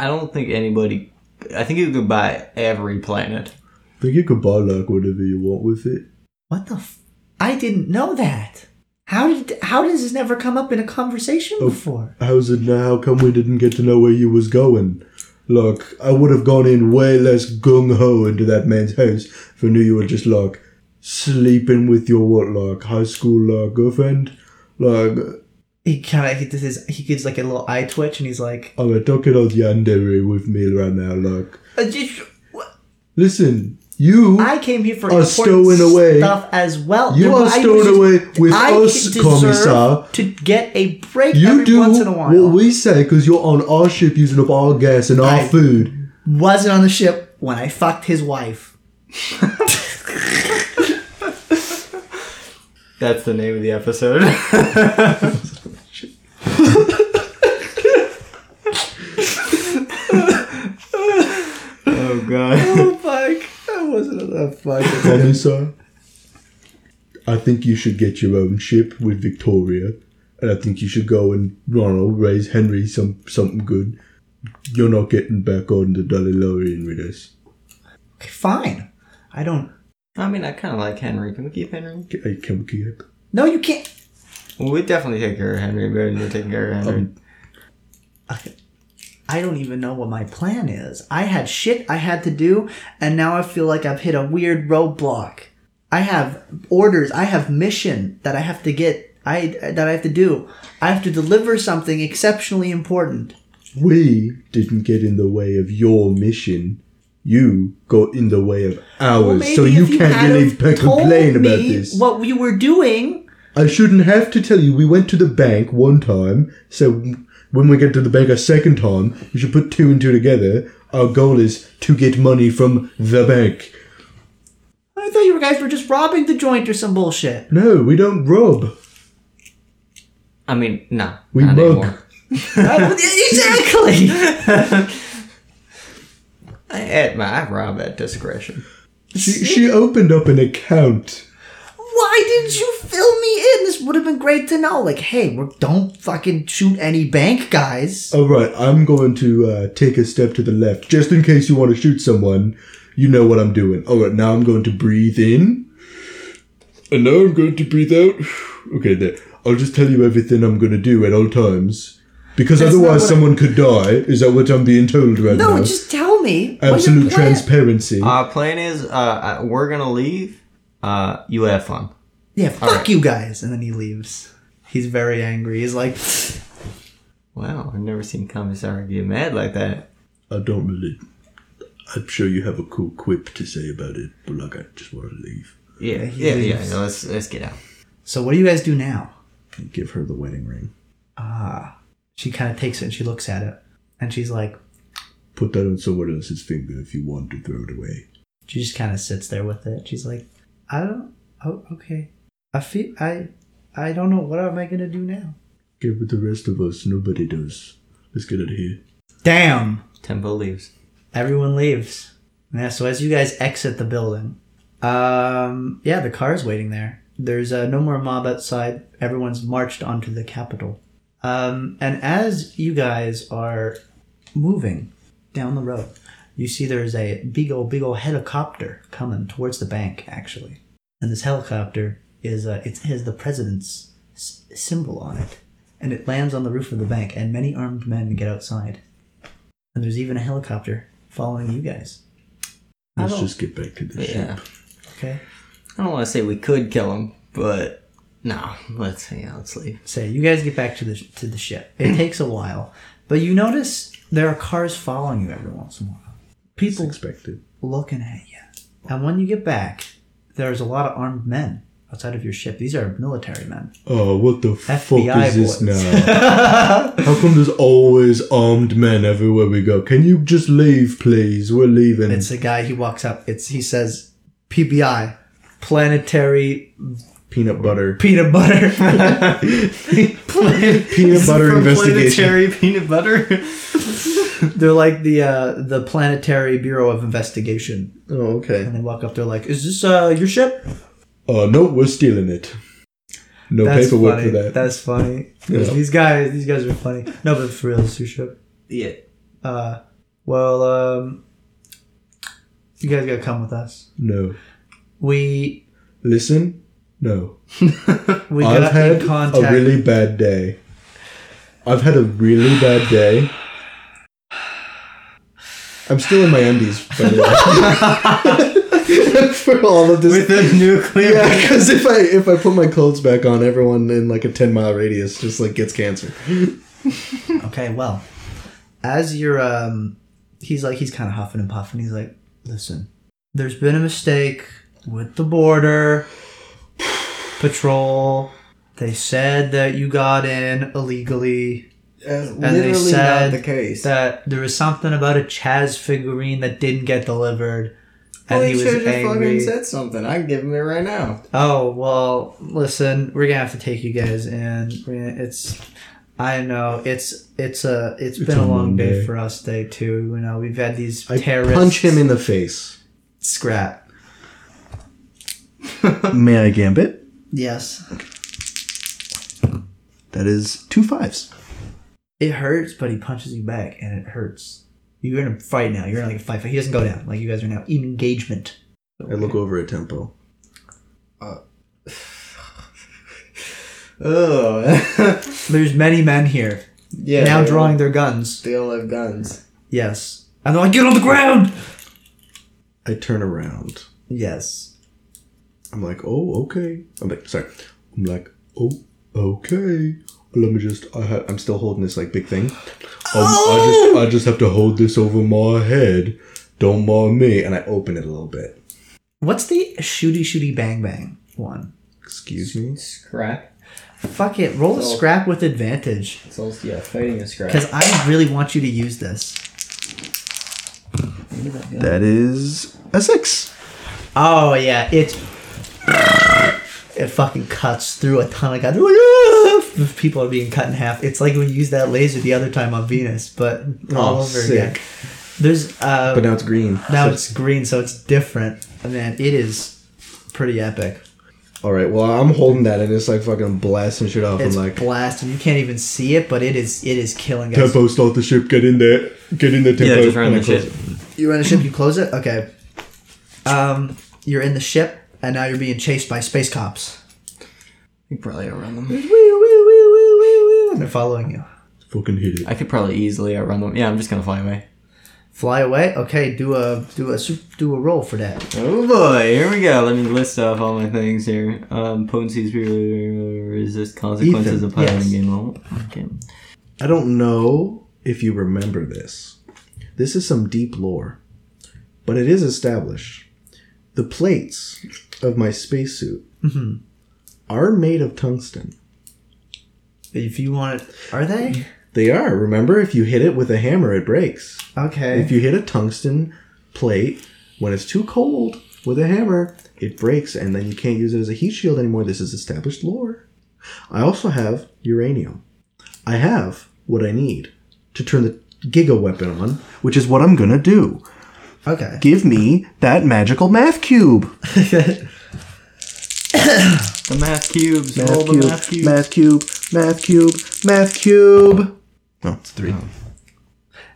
I don't think anybody. I think you could buy every planet.
I think you could buy like whatever you want with it.
What the? F- I didn't know that. How did? How does this never come up in a conversation
Oh.
before?
How's it now? How come we didn't get to know where you was going? Look, I would have gone in way less gung ho into that man's house if I knew you were just like sleeping with your what, like high school like girlfriend. Like,
He kind of he does his, he gives like a little eye twitch and he's like,
I'm a talking on yandere with me right now. Like,
"Uh, j- j- what?"
listen, You
I came here for
Are
important
stowing away.
stuff as well.
You are
I
stowing
deserve-
away with us,
deserve
Commissar.
To get a break
you
every
do
once in a while.
what we say because you're on our ship using up our gas and our
I-
food.
Wasn't on the ship when I fucked his wife.
That's the name of the episode. oh god.
Oh fuck! That wasn't enough. Fuck.
Commissar, I think you should get your own ship with Victoria, and I think you should go and I don't know, raise Henry some something good. You're not getting back on the Dolly Lorien with us.
Okay, fine. I don't.
I mean, I kind of like Henry. Can we keep Henry?
Can- I can keep.
No, you can't.
Well, we definitely take care of Henry better than you're taking care of Henry.
I don't even know what my plan is. I had shit I had to do, and now I feel like I've hit a weird roadblock. I have orders. I have mission that I have to get. I that I have to do. I have to deliver something exceptionally important.
We didn't get in the way of your mission. You got in the way of ours, so
maybe
you
if
can't
had
really
have
pe-
told
complain about
me
this.
What we were doing.
I shouldn't have to tell you. We went to the bank one time, so when we get to the bank a second time, you should put two and two together. Our goal is to get money from the bank.
I thought you guys were just robbing the joint or some bullshit.
No, we don't rob.
I mean, nah.
We
not
mug.
anymore.
exactly.
I, at my, I rob at discretion.
She, she opened up an account.
Why didn't you fill me in? This would have been great to know. Like, hey, we're, don't fucking shoot any bank guys.
All right, I'm going to uh, take a step to the left just in case you want to shoot someone. You know what I'm doing. All right, now I'm going to breathe in, and now I'm going to breathe out. Okay, there. I'll just tell you everything I'm going to do at all times, because
That's not
otherwise
what I-
someone could die. Is that what I'm being told right
No,
now?
just tell me.
Absolute
transparency.
transparency.
Our plan is uh, uh, we're gonna leave. Uh, you have fun.
Yeah, fuck you guys. And then he leaves. He's very angry. He's like,
Wow, I've never seen Commissar get mad like that.
I don't really. I'm sure you have a cool quip to say about it, but like I just want to leave.
Yeah,
he
yeah, yeah.
leaves.
no, let's let's get out.
so what do you guys do now?
Give her the wedding ring.
Ah, she kind of takes it and she looks at it, and she's like,
Put that on someone else's finger if you want to throw it away.
she just kind of sits there with it. She's like, I don't. Oh, okay. I feel I. I don't know. What am I gonna do now?
Get with the rest of us. Nobody does. Let's get out of here.
Damn.
Tempo leaves.
everyone leaves. Yeah, so as you guys exit the building, um, yeah, the car is waiting there. There's uh, no more mob outside. Everyone's marched onto the Capitol. Um, and as you guys are moving down the road, you see there's a big old, big old helicopter coming towards the bank, actually. And this helicopter is, uh, it has the president's s- symbol on it. And it lands on the roof of the bank, and many armed men get outside. And there's even a helicopter following you guys. I
Let's
don't-
just get back to the ship.
Yeah,
Okay.
I don't want to say we could kill him, but no, let's yeah, let's leave.
So you guys get back to the to the ship. It takes a while, but you notice there are cars following you every once in a while.
It's
People
expected.
looking at you. And when you get back, there's a lot of armed men outside of your ship. These are military men.
Oh, what the
FBI
fuck is this
boys.
now? How come there's always armed men everywhere we go? Can you just leave, please? We're leaving.
It's a guy. He walks up. It's he says PBI, Planetary
peanut butter.
Peanut Butter.
Peanut butter investigation.
peanut butter.
They're like the uh, the Planetary Bureau of Investigation.
Oh, okay.
And they walk up. They're like, "Is this uh, your ship?"
Oh, no, we're stealing it. No paperwork
funny.
for that.
That's funny. 'Cause
Yeah.
These guys, these guys are funny. No, but for real, Suship.
Yeah,
Uh, well, um, you guys gotta come with us.
no.
We
Listen, no.
we
I've
got
had
in contact.
a really bad day. I've had a really bad day. I'm still in my undies, by the way.
For all of this.
the nuclear.
Yeah, because if I if I put my clothes back on, everyone in like a ten mile radius just like gets cancer.
okay, well, as you're, um, he's like he's kind of huffing and puffing. He's like, listen, there's been a mistake with the border patrol. They said that you got in illegally.
That's
they
literally
said
not the case.
That there was something about a Chaz figurine that didn't get delivered, and
Well,
he was
should've just
angry.
fucking said something. I can give him it right now.
Oh well, listen, we're gonna have to take you guys in. We're gonna- It's, I know it's it's a it's been
a
a, long day
Monday.
for us today too. You know we've had these
I
terrorists
punch him in the face.
scrap.
May I gambit?
Yes,
That is two fives.
it hurts, but he punches you back, and it hurts. You're in a fight now. You're in like a fight. fight. He doesn't go down. Like you guys are now in engagement.
I look over at Tempo.
Ugh.
There's many men here
yeah.
now
they
drawing
all-
their guns.
They all have guns.
Yes, and they're like, "Get on the ground!"
I turn around.
Yes.
I'm like, oh, okay. I'm like, sorry.
I'm like,
Oh,
okay. Let me just. I ha-
I'm still holding this like big thing.
um,
Oh!
I just. I just have to hold this over my head. Don't mind me.
And I open it a little bit.
What's the shooty shooty bang bang one?
Excuse me.
Scrap.
Fuck it. Roll a
So-
scrap with advantage.
It's also, yeah, fighting a scrap.
Because I really want you to use this.
That is a six.
Oh, yeah. It's. It fucking cuts through a ton of guys. They're like, "Ah!" People are being cut in half. It's like when you used that laser the other time on Venus, but all
Oh,
over
sick.
again. There's. Uh,
But now it's green.
now
So-
it's green, so it's different. And Man, it is pretty epic.
all right. Well, I'm holding that and it's like fucking blasting shit off.
It's
I'm like,
blasted. You can't even see it, but it is it is killing guys.
Tempo, start the ship. Get in there. Get in there, Tempo.
Yeah, just run
And I
the
close
ship.
it.
You're in the ship. You close it. Okay. Um, you're in the ship, and now you're being chased by space cops.
You probably outrun them.
And they're following you.
Fucking hit it.
I could probably easily outrun them. Yeah, I'm just gonna fly away.
Fly away. Okay. Do a do a su- do a roll for that.
Oh boy, here we go. Let me list off all my things here. Um, potencies resist consequences
Ethan,
of piloting
yes.
game level. Okay.
I don't know if you remember this. This is some deep lore, but it is established. The plates of my spacesuit are made of tungsten.
If you want it, are they?
They are. Remember, if you hit it with a hammer, it breaks.
Okay.
If you hit a tungsten plate when it's too cold with a hammer, it breaks, and then you can't use it as a heat shield anymore. This is established lore. I also have uranium. I have what I need to turn the Giga weapon on, which is what I'm gonna do.
okay.
Give me that magical math cube.
The math cubes.
Math
all
cube,
the math cubes.
math cube, math cube, math cube. Oh, it's three.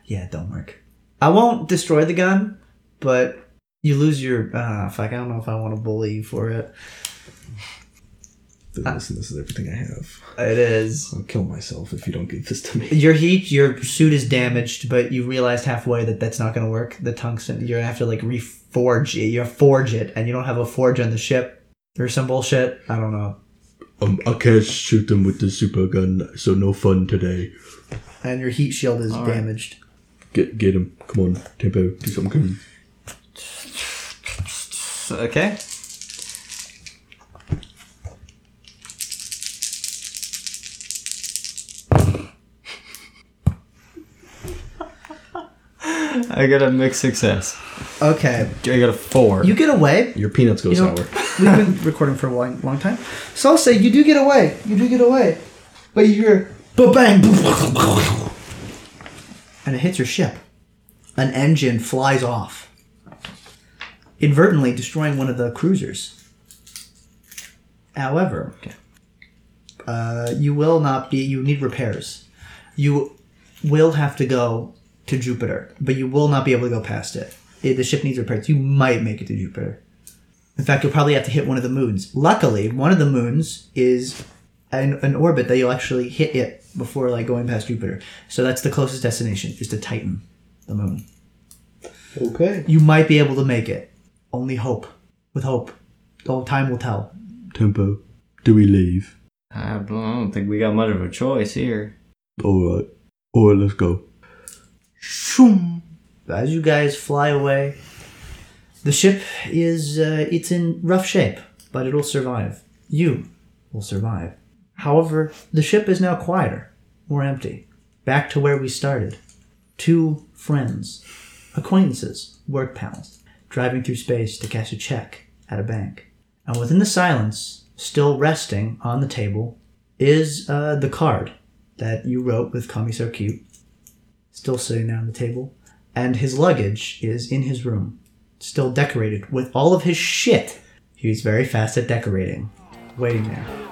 yeah. it Don't work. I won't destroy the gun, but you lose your. Ah, fuck. I don't know if I want to bully you for it.
Listen, this is everything I have.
It is.
I'll kill myself if you don't give this to me.
Your heat, your suit is damaged, but you realized halfway that that's not going to work. The tungsten, you're gonna have to like reforge it. You forge it, and you don't have a forge on the ship or some bullshit. I don't know.
Um, I can't shoot them with the super gun, so no fun today.
And your heat shield is damaged.
Get get him. Come on, Tempo. Do something. Come on.
Okay. I got a mixed success.
Okay,
I got a four.
you get away.
Your peanuts go
You know-
sour.
We've been recording for a long, long time. So I'll say you do get away. You do get away, but you hear ba bang, and it hits your ship. An engine flies off, inadvertently destroying one of the cruisers. However, uh, you will not be. You need repairs. You will have to go to Jupiter, but you will not be able to go past it. It- the ship needs repairs. You might make it to Jupiter. In fact, you'll probably have to hit one of the moons. Luckily, one of the moons is an, an orbit that you'll actually hit it before like going past Jupiter. So that's the closest destination is to Titan, the moon.
Okay.
You might be able to make it. Only hope. With hope. Oh, time will tell.
Tempo. Do we leave?
I don't- I don't think we got much of a choice here.
All right. All right. Let's go.
As you guys fly away, The ship is uh, it's in rough shape, but it'll survive. You will survive. However, the ship is now quieter, more empty. Back to where we started. Two friends, acquaintances, work pals, driving through space to cash a check at a bank. And within the silence, still resting on the table, is uh, the card that you wrote with Kami So Cute, still sitting there on the table. And his luggage is in his room, still decorated with all of his shit. He was very fast at decorating, waiting there.